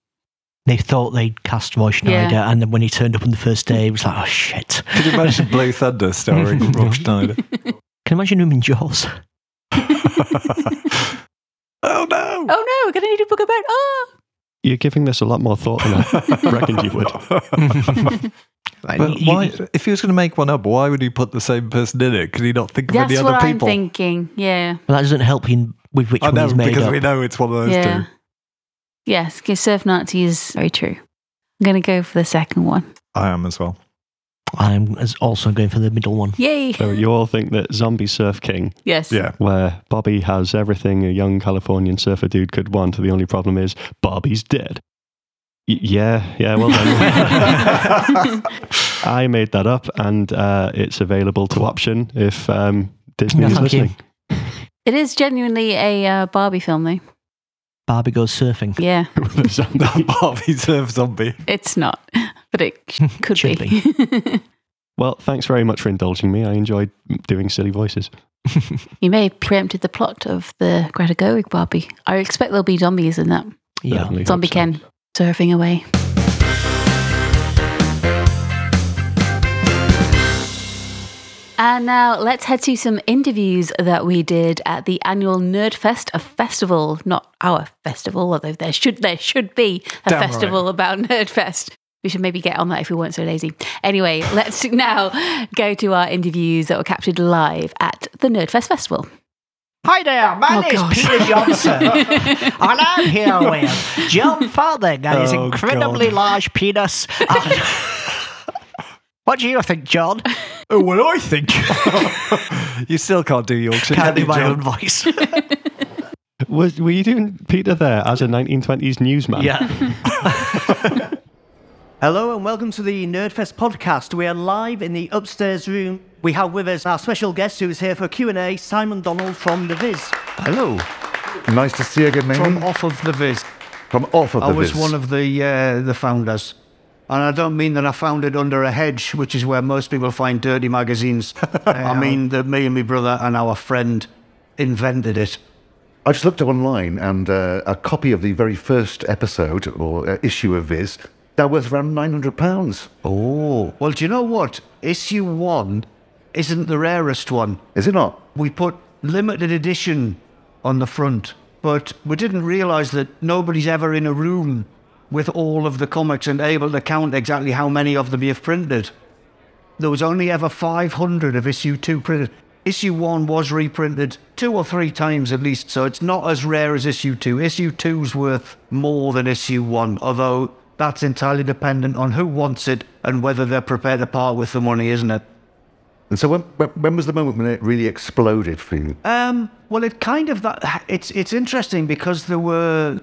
S6: they thought they'd cast Roy Schneider,
S1: Yeah.
S6: and then when he turned up on the first day, it was like, oh shit.
S2: Could you imagine Blue Thunder starring Rob Schneider?
S6: Can you imagine him in Jaws?
S2: oh
S1: Oh
S2: no!
S1: no, we're going to need a book about. Oh!
S7: You're giving this a lot more thought than I reckoned you would.
S6: Like,
S2: But
S6: you-
S2: why, if he was going to make one up, why would he put the same person in it? Could he not think of
S1: That's
S2: any
S1: what
S2: other
S1: I'm
S2: people?
S1: thinking. Yeah.
S6: Well, that doesn't help you with which
S2: I
S6: one
S2: know
S6: he's made
S2: because
S6: up.
S2: we know it's one of those
S1: yeah.
S2: two.
S1: Yes, 'cause Surf Nazi is very true. I'm going to go for the second one.
S2: I am as well.
S6: I'm as- also going for the middle one.
S1: Yay!
S7: So you all think that Zombie Surf King,
S1: Yes.
S2: Yeah.
S7: where Bobby has everything a young Californian surfer dude could want, the only problem is Bobby's dead. Y- yeah, yeah, well done. I made that up, and uh, it's available to option if um, Disney
S6: No,
S7: is
S6: thank you.
S7: listening.
S1: It is genuinely a uh, Barbie film, though.
S6: Barbie goes surfing.
S1: Yeah,
S7: With a zombie.
S2: That Barbie serves zombie.
S1: it's not, but it could
S6: Should
S1: be.
S7: well, thanks very much for indulging me. I enjoyed doing silly voices.
S1: you may have preempted the plot of the Greta Gerwig Barbie. I expect there'll be zombies in that.
S6: Yeah.
S7: Certainly hope
S1: Zombie
S7: so.
S1: Ken surfing away. And now let's head to some interviews that we did at the annual Nerdfest, a festival, not our festival, although there should there should be a
S2: Damn right.
S1: festival about Nerdfest. We should maybe get on that if we weren't so lazy. Anyway, let's now go to our interviews that were captured live at the Nerdfest Festival.
S6: Hi there, my
S1: Oh,
S6: name
S1: God.
S6: is Peter Johnson, and I'm here with John Farthing and his
S2: Oh,
S6: incredibly
S2: God.
S6: large penis. And- what do you think, John?
S2: Oh, well, I think. you still can't do Yorkshire.
S6: Can't do
S2: you,
S6: my
S2: John?
S6: own voice.
S7: Was, were you doing Peter there as a 1920s newsman?
S6: yeah.
S9: Hello and welcome to the Nerdfest podcast. We are live in the upstairs room. We have with us our special guest who's here for Q&A, Simon Donald from The Viz.
S10: Hello. Nice to see you again, mate.
S9: From off of The Viz.
S10: From off of
S9: I
S10: the
S9: was
S10: Viz.
S9: one of the uh, the founders. And I don't mean that I found it under a hedge, which is where most people find dirty magazines. I mean that me and my brother and our friend invented it.
S10: I just looked up online, and uh, a copy of the very first episode or uh, issue of Viz that was around nine hundred pounds.
S9: Oh. Well, do you know what? Issue one isn't the rarest one.
S10: Is it not?
S9: we put limited edition on the front, but we didn't realize that nobody's ever in a room with all of the comics and able to count exactly how many of them you've printed. There was only ever 500 of issue 2 printed. Issue 1 was reprinted two or three times at least, so it's not as rare as issue 2. Issue 2's worth more than issue 1, although that's entirely dependent on who wants it and whether they're prepared to part with the money, isn't it?
S10: And so when, when when was the moment when it really exploded for you?
S9: Um, well, it kind of that it's it's interesting because there were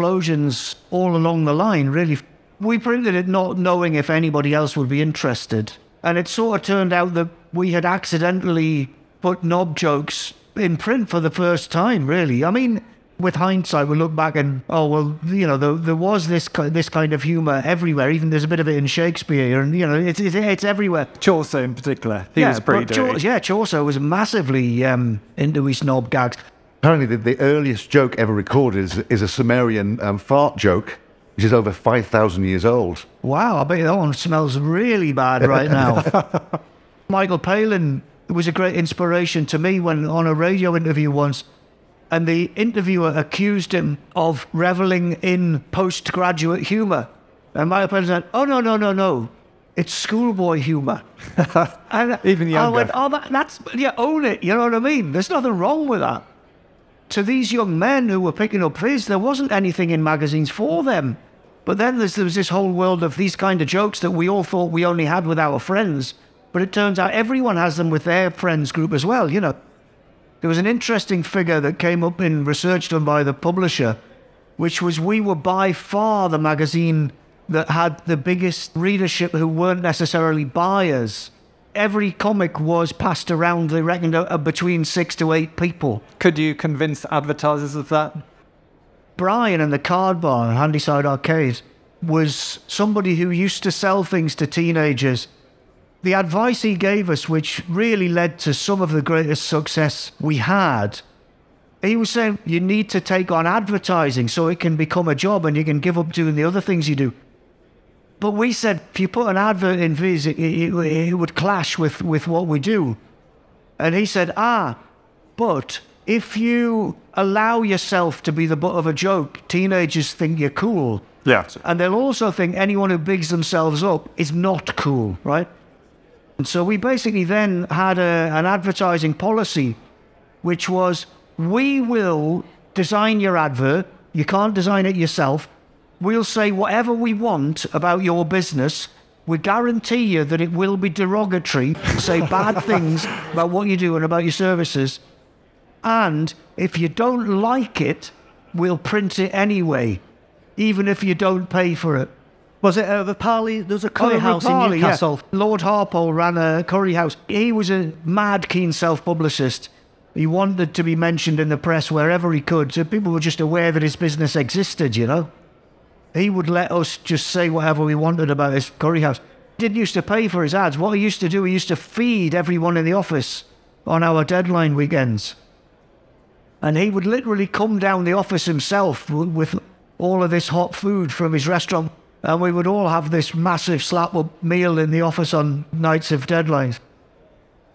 S9: explosions all along the line. Really, we printed it not knowing if anybody else would be interested, and it sort of turned out that we had accidentally put knob jokes in print for the first time. Really, I mean, with hindsight, we look back and oh well, you know, there, there was this ki- this kind of humour everywhere. Even there's a bit of it in Shakespeare, and you know, it's it's, it's everywhere.
S2: Chaucer in particular. He was pretty
S9: but
S2: dirty.
S9: Chau- yeah, Chaucer was massively um, into his snob gags.
S10: Apparently, the, the earliest joke ever recorded is, is a Sumerian um, fart joke, which is over five thousand years old.
S9: Wow, I bet that one smells really bad right now. Michael Palin was a great inspiration to me when on a radio interview once, and the interviewer accused him of reveling in postgraduate humour. And Michael Palin said, Oh, no, no, no, no. It's schoolboy humour. and
S2: Even
S9: I
S2: younger.
S9: went, Oh, that, that's, yeah, own it. You know what I mean? There's nothing wrong with that. To these young men who were picking up his, there wasn't anything in magazines for them. But then there's, there was this whole world of these kind of jokes that we all thought we only had with our friends, but it turns out everyone has them with their friends group as well, you know. There was an interesting figure that came up in research done by the publisher, which was we were by far the magazine that had the biggest readership who weren't necessarily buyers. Every comic was passed around, they reckoned, uh, between six to eight people.
S11: Could you convince advertisers of that?
S9: Brian and the card bar in Handyside Arcade was somebody who used to sell things to teenagers. The advice he gave us, which really led to some of the greatest success we had, he was saying you need to take on advertising so it can become a job and you can give up doing the other things you do. But we said if you put an advert in Viz, it, it, it would clash with, with what we do. And he said, ah, but if you allow yourself to be the butt of a joke, teenagers think you're cool.
S12: Yeah.
S9: And they'll also think anyone who bigs themselves up is not cool, right? And so we basically then had a, an advertising policy, which was we will design your advert. You can't design it yourself. We'll say whatever we want about your business. We guarantee you that it will be derogatory, say bad things about what you do and about your services. And if you don't like it, we'll print it anyway, even if you don't pay for it.
S13: Was it uh, Rapali? There was a curry
S9: Oh,
S13: house
S9: Rapali,
S13: in
S9: yeah.
S13: Newcastle.
S9: Lord Harpole ran a curry house. He was a mad keen self publicist. He wanted to be mentioned in the press wherever he could, so people were just aware that his business existed, you know? He would let us just say whatever we wanted about his curry house. He didn't used to pay for his ads. What he used to do, he used to feed everyone in the office on our deadline weekends. And he would literally come down the office himself w- with all of this hot food from his restaurant. And we would all have this massive slap up meal in the office on nights of deadlines.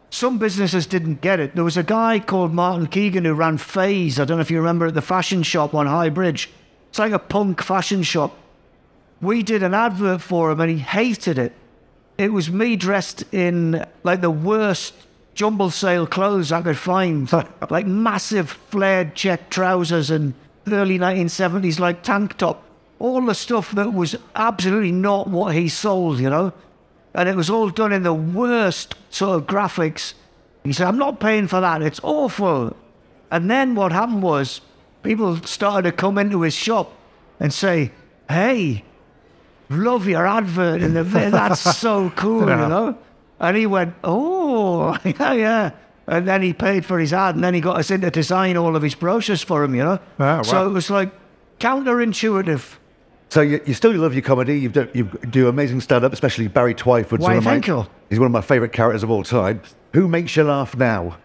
S9: Some businesses didn't get it. There was a guy called Martin Keegan who ran Phase. I don't know if you remember at the fashion shop on High Bridge. It's like a punk fashion shop. We did an advert for him and he hated it. It was me dressed in like the worst jumble sale clothes I could find, like massive flared check trousers and early 1970s like tank top. All the stuff that was absolutely not what he sold, you know? And it was all done in the worst sort of graphics. He said, I'm not paying for that. It's awful. And then what happened was people started to come into his shop and say, Hey, love your advert in the vi- That's so cool,
S12: Yeah.
S9: you know? And he went, Oh, yeah, yeah. And then he paid for his ad and then he got us in to design all of his brochures for him, you know?
S12: Ah,
S9: So
S12: wow.
S9: it was like counterintuitive.
S10: So you, you still love your comedy. You do, you do amazing stand-up, especially Barry Twyford.
S9: Why,
S10: one of my-
S9: thank you.
S10: He's one of my favourite characters of all time. Who makes you laugh now?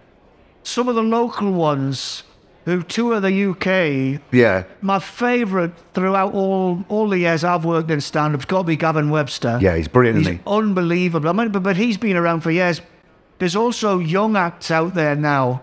S9: Some of the local ones who tour the UK
S10: Yeah,
S9: My favourite throughout all all the years I've worked in stand-up's got to be Gavin Webster.
S10: yeah, he's brilliant, isn't he?
S9: unbelievable. I mean, but, but he's been around for years. There's also young acts out there now.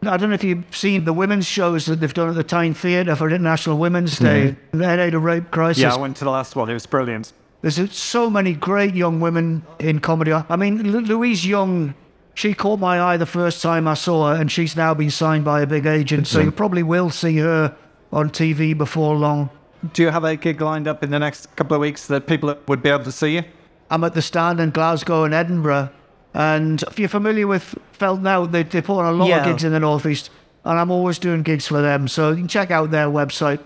S9: I don't know if you've seen the women's shows that they've done at the Tyne Theatre for International Women's Day. They had a rape crisis.
S11: Mm-hmm. Yeah, I went to the last one. It was brilliant.
S9: There's uh, so many great young women in comedy. I mean, Lu- Louise Young, she caught my eye the first time I saw her, and she's now been signed by a big agent. So you probably will see her on TV before long.
S11: Do you have a gig lined up in the next couple of weeks that people would be able to see you?
S9: I'm at the stand in Glasgow and Edinburgh. And if you're familiar with Felt Now, they, they put on a lot
S13: Yeah.
S9: of gigs in the Northeast. And I'm always doing gigs for them. So you can check out their website.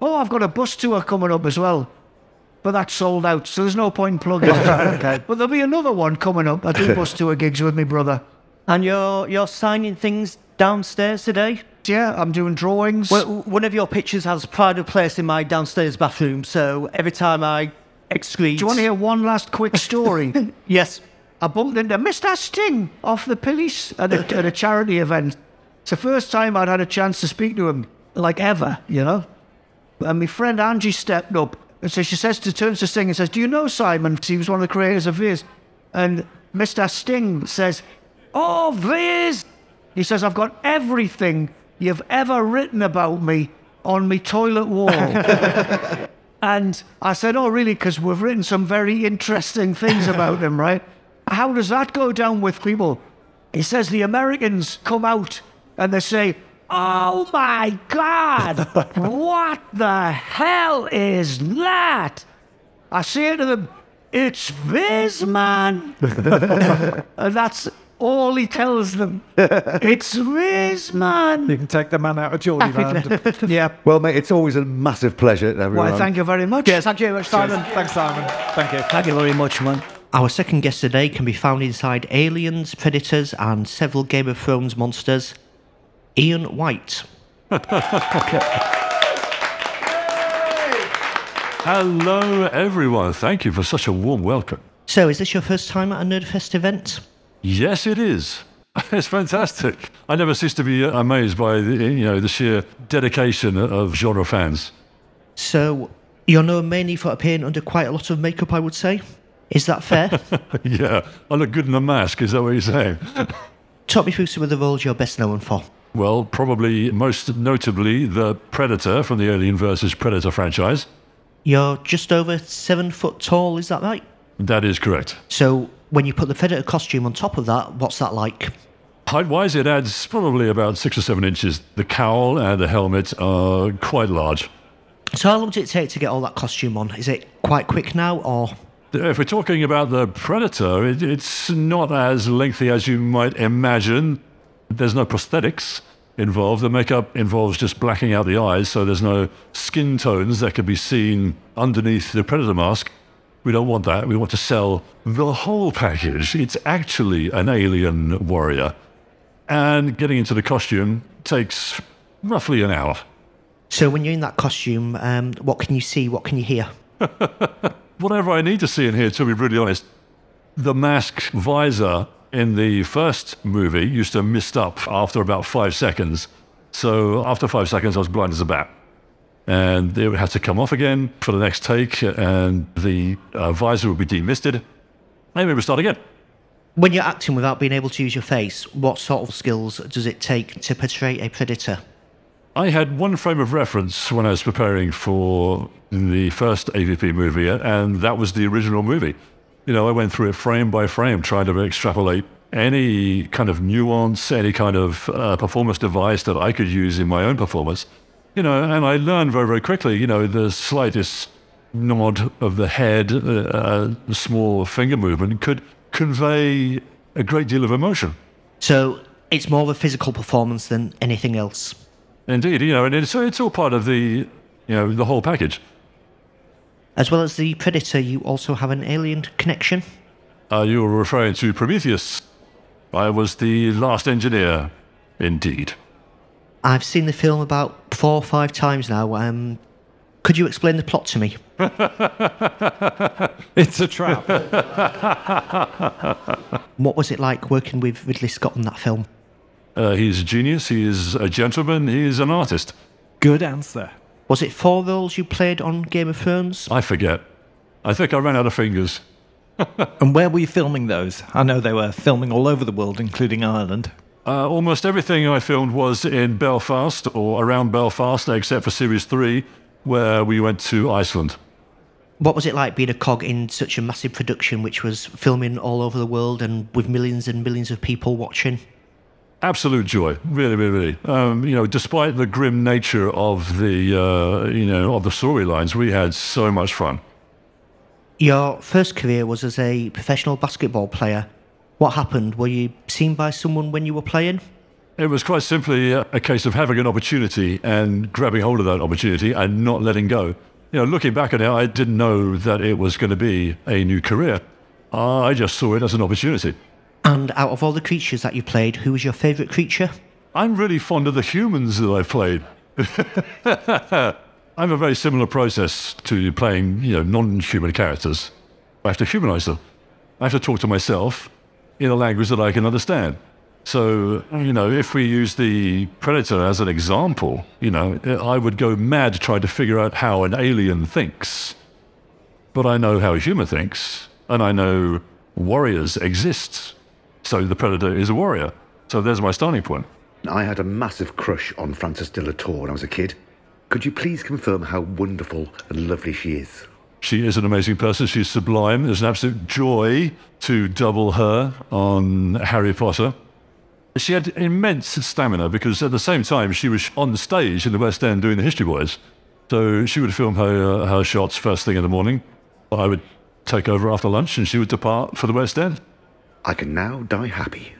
S9: Oh, I've got a bus tour coming up as well. But that's sold out. So there's no point in plugging it.
S13: Okay.
S9: But there'll be another one coming up. I do bus tour gigs with me brother.
S13: And you're you're signing things downstairs today.
S9: Yeah, I'm doing drawings.
S13: Well, one of your pictures has pride of place in my downstairs bathroom. So every time I excrete,
S9: Do you want to hear one last quick story?
S13: Yes.
S9: I bumped into Mr. Sting off the police at a, at a charity event. It's the first time I'd had a chance to speak to him, like ever, you know? And my friend Angie stepped up. And so she says to turns to Sting and says, Do you know Simon? 'Cause He was one of the creators of Viz. And Mr. Sting says, Oh, Viz! He says, I've got everything you've ever written about me on me toilet wall. And I said, Oh, really? Because we've written some very interesting things about him, right? How does that go down with people? He says the Americans come out and they say,
S12: Oh my god! what the hell is that?
S13: I say to them, it's Viz, man. and that's all he tells them. It's Viz, man.
S11: You can take the man out of Geordie land.
S13: yeah.
S10: Well, mate, it's always a massive pleasure. Everyone.
S11: Why, thank
S13: you very much.
S11: Yes, thank you very much, Simon. Thanks, Simon. Thank you.
S13: Thank you very much, man.
S6: Our second guest today can be found inside Aliens, Predators, and several Game of Thrones monsters. Ian White.
S14: Hello, everyone. Thank you for such a warm welcome.
S6: So, is this your first time at a Nerdfest event?
S14: Yes, it is. It's fantastic. I never cease to be uh, amazed by the, you know the sheer dedication of genre fans.
S6: So, you're known mainly for appearing under quite a lot of makeup, I would say. Is that fair?
S14: yeah, I look good in a mask. Is that what you're saying?
S6: Talk me through some of the roles you're best known for.
S14: Well, probably most notably the Predator from the Alien vs. Predator franchise.
S6: You're just over seven foot tall, is that right?
S14: That is correct.
S6: So, when you put the Predator costume on top of that, what's that like?
S14: Height wise, it adds probably about six or seven inches. The cowl and the helmet are quite large.
S6: So, how long did it take to get all that costume on? Is it quite quick now, or
S14: If we're talking about the Predator, it, it's not as lengthy as you might imagine. There's no prosthetics involved. The makeup involves just blacking out the eyes, so there's no skin tones that can be seen underneath the Predator mask. We don't want that. We want to sell the whole package. It's actually an alien warrior. And getting into the costume takes roughly an hour.
S6: so? When you're in that costume, um, what can you see? What can you hear?
S14: whatever I need to see in here, to be brutally honest. The mask visor in the first movie used to mist up after about five seconds. So after five seconds, I was blind as a bat. And it would have to come off again for the next take, and the uh, visor would be demisted. And we would start again.
S6: When you're acting without being able to use your face, what sort of skills does it take to portray a predator?
S14: I had one frame of reference when I was preparing for the first AVP movie, and that was the original movie. You know, I went through it frame by frame, trying to extrapolate any kind of nuance, any kind of uh, performance device that I could use in my own performance. You know, and I learned very, very quickly, you know, the slightest nod of the head, uh, a small finger movement could convey a great deal of emotion.
S6: So it's more of a physical performance than anything else.
S14: Indeed, you know, and it's, it's all part of the, you know, the whole package.
S6: As well as the predator, you also have an alien connection.
S14: Uh, you were referring to Prometheus. I was the last engineer, indeed.
S6: I've seen the film about four or five times now. Um, could you explain the plot to me?
S14: It's a trap.
S6: What was it like working with Ridley Scott on that film?
S14: uh, he's a genius, he is a gentleman, he is an artist.
S6: Good answer. Was it four roles you played on Game of Thrones?
S14: I forget. I think I ran out of fingers.
S11: and where were you filming those? I know they were filming all over the world, including Ireland.
S14: Uh, almost everything I filmed was in Belfast or around Belfast, except for Series 3, where we went to Iceland.
S6: What was it like being a cog in such a massive production which was filming all over the world and with millions and millions of people watching?
S14: absolute joy really really really um, you know despite the grim nature of the uh, you know of the storylines we had so much fun
S6: Your first career was as a professional basketball player. What happened? Were you seen by someone when you were playing?
S14: it was quite simply a a case of having an opportunity and grabbing hold of that opportunity and not letting go you know looking back on it i didn't know that it was going to be a new career i just saw it as an opportunity
S6: And out of all the creatures that you played, who was your favourite creature?
S14: I'm really fond of the humans that I've played. I'm a very similar process to playing, you know, non-human characters. I have to humanize them. I have to talk to myself in a language that I can understand. So, you know, if we use the predator as an example, you know, I would go mad trying to figure out how an alien thinks. But I know how a human thinks, and I know warriors exist. So the predator is a warrior. So there's my starting point.
S5: I had a massive crush on Frances de la Tour when I was a kid. Could you please confirm how wonderful and lovely she is?
S14: She is an amazing person. She's sublime. It's an absolute joy to double her on Harry Potter. She had immense stamina because at the same time she was on stage in the West End doing the History Boys. So she would film her, uh, her shots first thing in the morning. I would take over after lunch and she would depart for the West End.
S5: I can now die happy.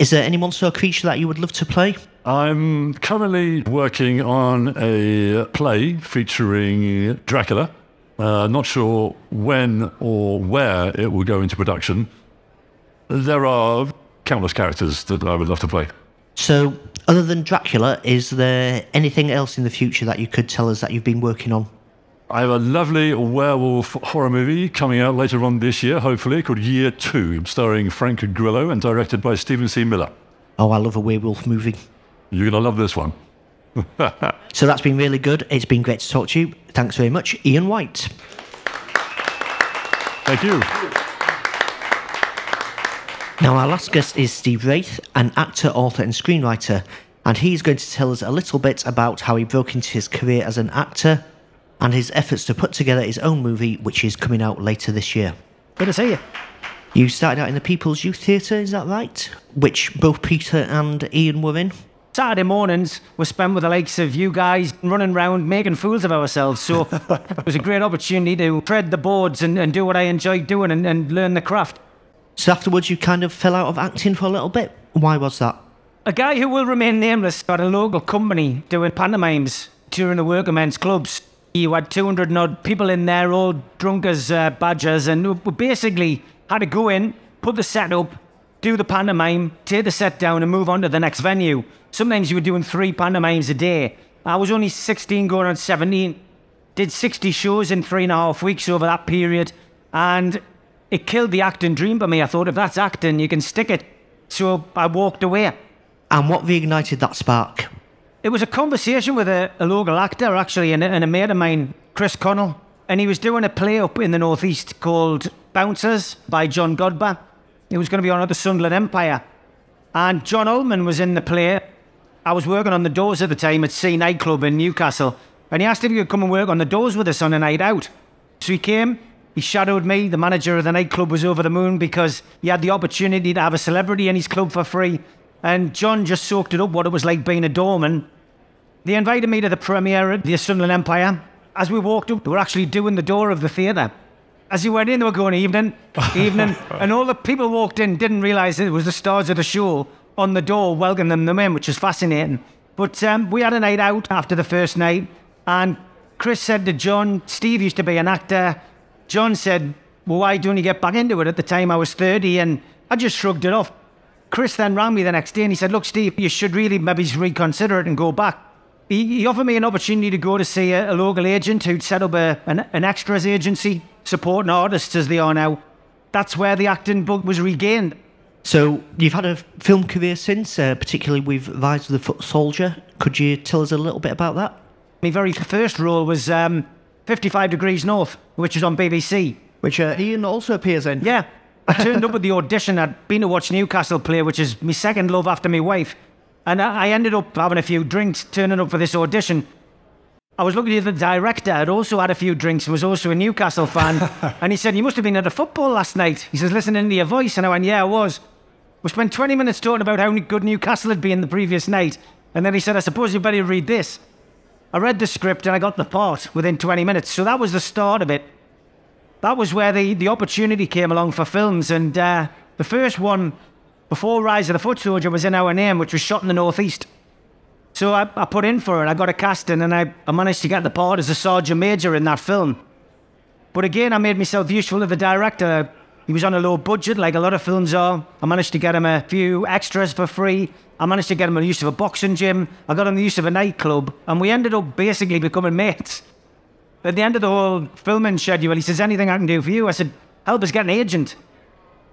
S6: Is there any monster or creature that you would love to play?
S14: I'm currently working on a play featuring Dracula. Uh, not sure when or where it will go into production. There are countless characters that I would love to play.
S6: So, other than Dracula, is there anything else in the future that you could tell us that you've been working on?
S14: I have a lovely werewolf horror movie coming out later on this year, hopefully, called Year Two, starring Frank Grillo and directed by Stephen C. Miller.
S6: Oh, I love a werewolf movie.
S14: You're going to love this one.
S6: so that's been really good. It's been great to talk to you. Thanks very much, Ian White.
S14: Thank you.
S6: Now, our last guest is Steve Wraith, an actor, author, and screenwriter, and he's going to tell us a little bit about how he broke into his career as an actor and his efforts to put together his own movie, which is coming out later this year.
S15: Good to see you.
S6: You started out in the People's Youth Theatre, is that right? Which both Peter and Ian were in.
S15: Saturday mornings were spent with the likes of you guys running around making fools of ourselves. So it was a great opportunity to tread the boards and, and do what I enjoyed doing and, and learn the craft.
S6: So afterwards, you kind of fell out of acting for a little bit. Why was that?
S15: A guy who will remain nameless got a local company doing pantomimes during the work of men's clubs. You had 200 and odd people in there, all drunk as uh, badgers, and we basically had to go in, put the set up, do the pantomime, tear the set down, and move on to the next venue. Sometimes you were doing three pantomimes a day. I was only 16 going on 17. Did 60 shows in three and a half weeks over that period. And it killed the acting dream for me. I thought, if that's acting, you can stick it. So I walked away.
S6: And what reignited that spark?
S15: It was a conversation with a, a local actor, actually, and a, and a mate of mine, Chris Connell. And he was doing a play up in the Northeast called Bouncers by John Godber. It was going to be on at the Sunderland Empire. And John Ullman was in the play. I was working on the doors at the time at C Nightclub in Newcastle. And he asked if he could come and work on the doors with us on a night out. So he came, he shadowed me. The manager of the nightclub was over the moon because he had the opportunity to have a celebrity in his club for free. And John just soaked it up what it was like being a doorman. They invited me to the premiere at the Sunderland Empire. As we walked up, they were actually doing the door of the theatre as you went in, they were going evening, evening, and all the people walked in didn't realise it was the stars of the show on the door welcoming them in, which was fascinating. But um, we had a night out after the first night, and Chris said to John, Steve used to be an actor. John said, "Well, why don't you get back into it?" At the time, I was 30, and I just shrugged it off. Chris then rang me the next day and he said, "Look, Steve, you should really maybe reconsider it and go back." He, he offered me an opportunity to go to see a, a local agent who'd set up a, an, an extras agency supporting artists as they are now. That's where the acting bug was regained.
S6: So you've had a film career since, uh, particularly with Rise of the Foot Soldier. Could you tell us a little bit about that?
S15: My very first role was um, 55 Degrees North, which was on BBC. Which uh, Ian also appears in. Yeah. I turned up at the audition. I'd been to watch Newcastle play, which is my second love after my wife. And I, I ended up having a few drinks, turning up for this audition. I was looking at the director, had also had a few drinks and was also a Newcastle fan. and he said, You must have been at a football last night. He says, Listening to your voice. And I went, Yeah, I was. We spent 20 minutes talking about how good Newcastle had been the previous night. And then he said, I suppose you better read this. I read the script and I got the part within 20 minutes. So that was the start of it. That was where the, the opportunity came along for films. And uh, the first one before Rise of the Foot Soldier was in our name, which was shot in the Northeast. So I, I, put in for it. I got a casting and I, I, managed to get the part as a sergeant major in that film. But again, I made myself useful to the director. He was on a low budget, like a lot of films are. I managed to get him a few extras for free. I managed to get him the use of a boxing gym. I got him the use of a nightclub. And we ended up basically becoming mates. At the end of the whole filming schedule, he says, Anything I can do for you? I said, Help us get an agent.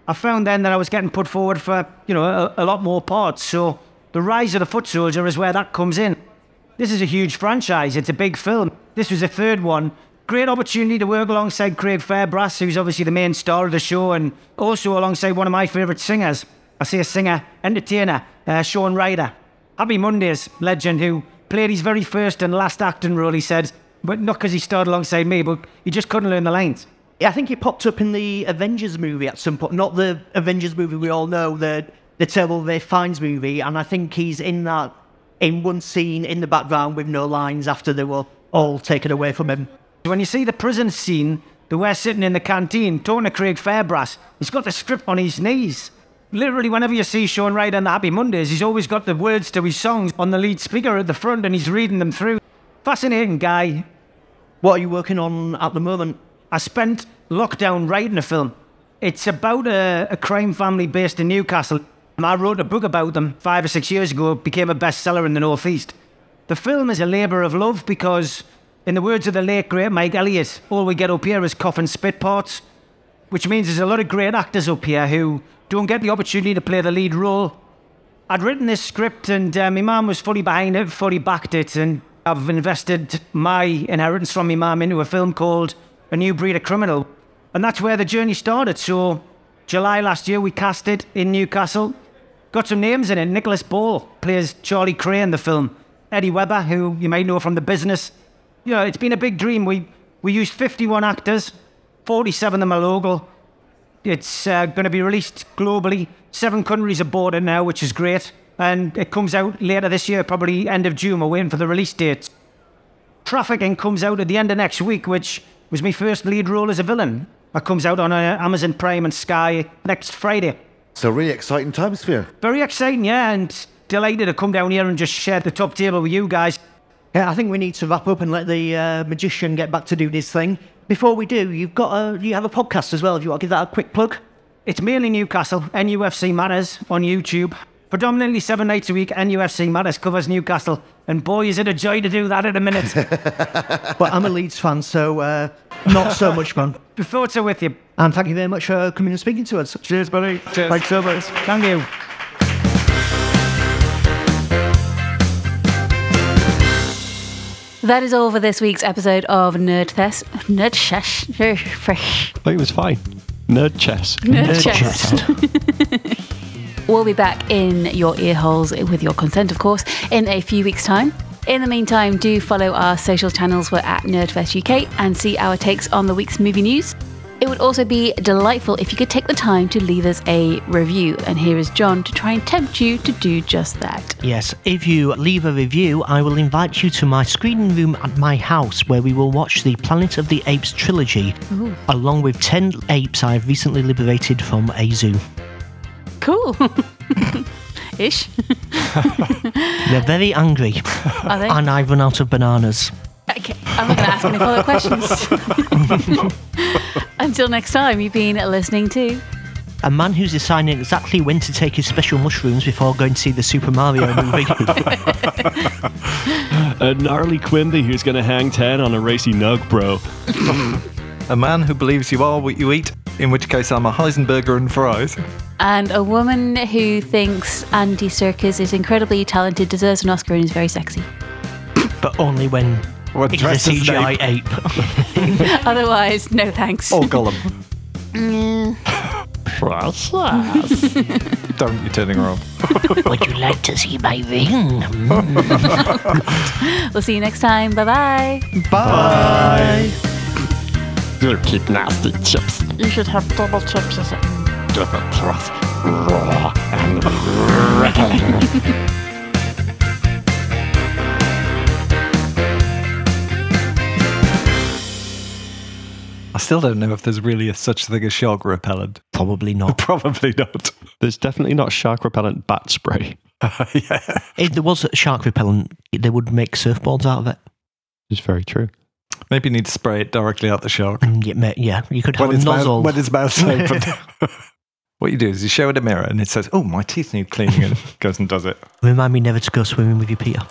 S15: I found then that I was getting put forward for, you know, a, a lot more parts. So the Rise of the Foot Soldier is where that comes in. This is a huge franchise, it's a big film. This was the third one. Great opportunity to work alongside Craig Fairbrass, who's obviously the main star of the show, and also alongside one of my favourite singers. I say a singer, entertainer, uh, Sean Ryder. Happy Mondays legend who played his very first and last acting role, he said, but not because he starred alongside me, but he just couldn't learn the lines.
S6: Yeah, I think he popped up in the Avengers movie at some point. Not the Avengers movie we all know, the
S16: the Terrible Ray Fines movie, and I think he's in that in one scene in the background with no lines after they were all taken away from him.
S15: When you see the prison scene, the we're sitting in the canteen, talking to Craig Fairbrass, he's got the script on his knees. Literally, whenever you see Sean Wright on the Happy Mondays, he's always got the words to his songs on the lead speaker at the front and he's reading them through. Fascinating guy.
S16: What are you working on at the moment?
S15: I spent lockdown writing a film. It's about a, a crime family based in Newcastle. I wrote a book about them five or six years ago, became a bestseller in the Northeast. The film is a labour of love because, in the words of the late great Mike Elliott, all we get up here is cough and spit parts, which means there's a lot of great actors up here who don't get the opportunity to play the lead role. I'd written this script and uh, my mum was fully behind it, fully backed it, and I've invested my inheritance from my mum into a film called A New Breed of Criminal. And that's where the journey started. So, July last year, we cast it in Newcastle. Got some names in it. Nicholas Ball plays Charlie Cray in the film. Eddie Webber, who you may know from the business. You know, it's been a big dream. We we used 51 actors, 47 of them are local. It's uh, going to be released globally. Seven countries aboard it now, which is great. And it comes out later this year, probably end of June. We're waiting for the release date. Trafficking comes out at the end of next week, which was my first lead role as a villain. It comes out on uh, Amazon Prime and Sky next Friday.
S10: So really exciting times for you.
S15: Very exciting, yeah, and delighted to come down here and just share the top table with you guys.
S16: Yeah, I think we need to wrap up and let the uh, magician get back to doing his thing. Before we do, you've got a, you have a podcast as well. If you want to give that a quick plug,
S15: it's mainly Newcastle NUFC Matters on YouTube. Predominantly seven nights a week, NUFC Matters covers Newcastle, and boy, is it a joy to do that in a minute.
S16: but I'm a Leeds fan, so uh, not so much fun.
S15: Before it's with you,
S16: and thank you very much for coming and speaking to us.
S15: Cheers, buddy. Cheers.
S16: Thanks so much.
S15: Thank you.
S1: That is all for this week's episode of Nerd Fest. Nerd Shesh. Nerd Fresh.
S7: But it was fine. Nerd chess.
S1: Nerd Chest. we'll be back in your ear holes with your consent, of course, in a few weeks' time. In the meantime, do follow our social channels. We're at Nerdfest UK and see our takes on the week's movie news. It would also be delightful if you could take the time to leave us a review. And here is John to try and tempt you to do just that.
S6: Yes, if you leave a review, I will invite you to my screening room at my house where we will watch the Planet of the Apes trilogy,
S1: Ooh.
S6: along with 10 apes I've recently liberated from a zoo.
S1: Cool. Ish.
S6: They're very angry.
S1: Are they?
S6: And I've run out of bananas.
S1: Okay, I'm not going to ask any follow up questions. Until next time, you've been listening to.
S6: A man who's deciding exactly when to take his special mushrooms before going to see the Super Mario movie.
S7: A gnarly Quimby who's going to hang 10 on a racy nug, bro.
S2: A man who believes you are what you eat, in which case I'm a Heisenberger and fries.
S1: And a woman who thinks Andy Serkis is incredibly talented, deserves an Oscar, and is very sexy.
S6: but only when
S2: What
S6: it's a
S2: dressed as an
S6: CGI ape.
S1: Otherwise, no thanks.
S2: Or Gollum. Don't you turning around.
S6: Would you like to see my ring?
S1: we'll see you next time. Bye bye.
S7: Bye. They're kid nasty chips.
S1: You should have double chips.
S7: Double thrust. Raw and rattling.
S2: I still don't know if there's really a such thing as shark repellent.
S6: Probably not.
S2: Probably not.
S7: There's definitely not shark repellent bat spray.
S2: yeah.
S6: If there was shark repellent, they would make surfboards out of it.
S7: It's very true.
S2: Maybe you need to spray it directly at the shark.
S6: And you ma- Mm, yeah, you could have
S2: When
S6: a
S2: its,
S6: nozzle.
S2: mouth, when its mouth's open. what you do is you show it a mirror and it says, oh, my teeth need cleaning. And it goes and does it.
S6: Remind me never to go swimming with you, Peter.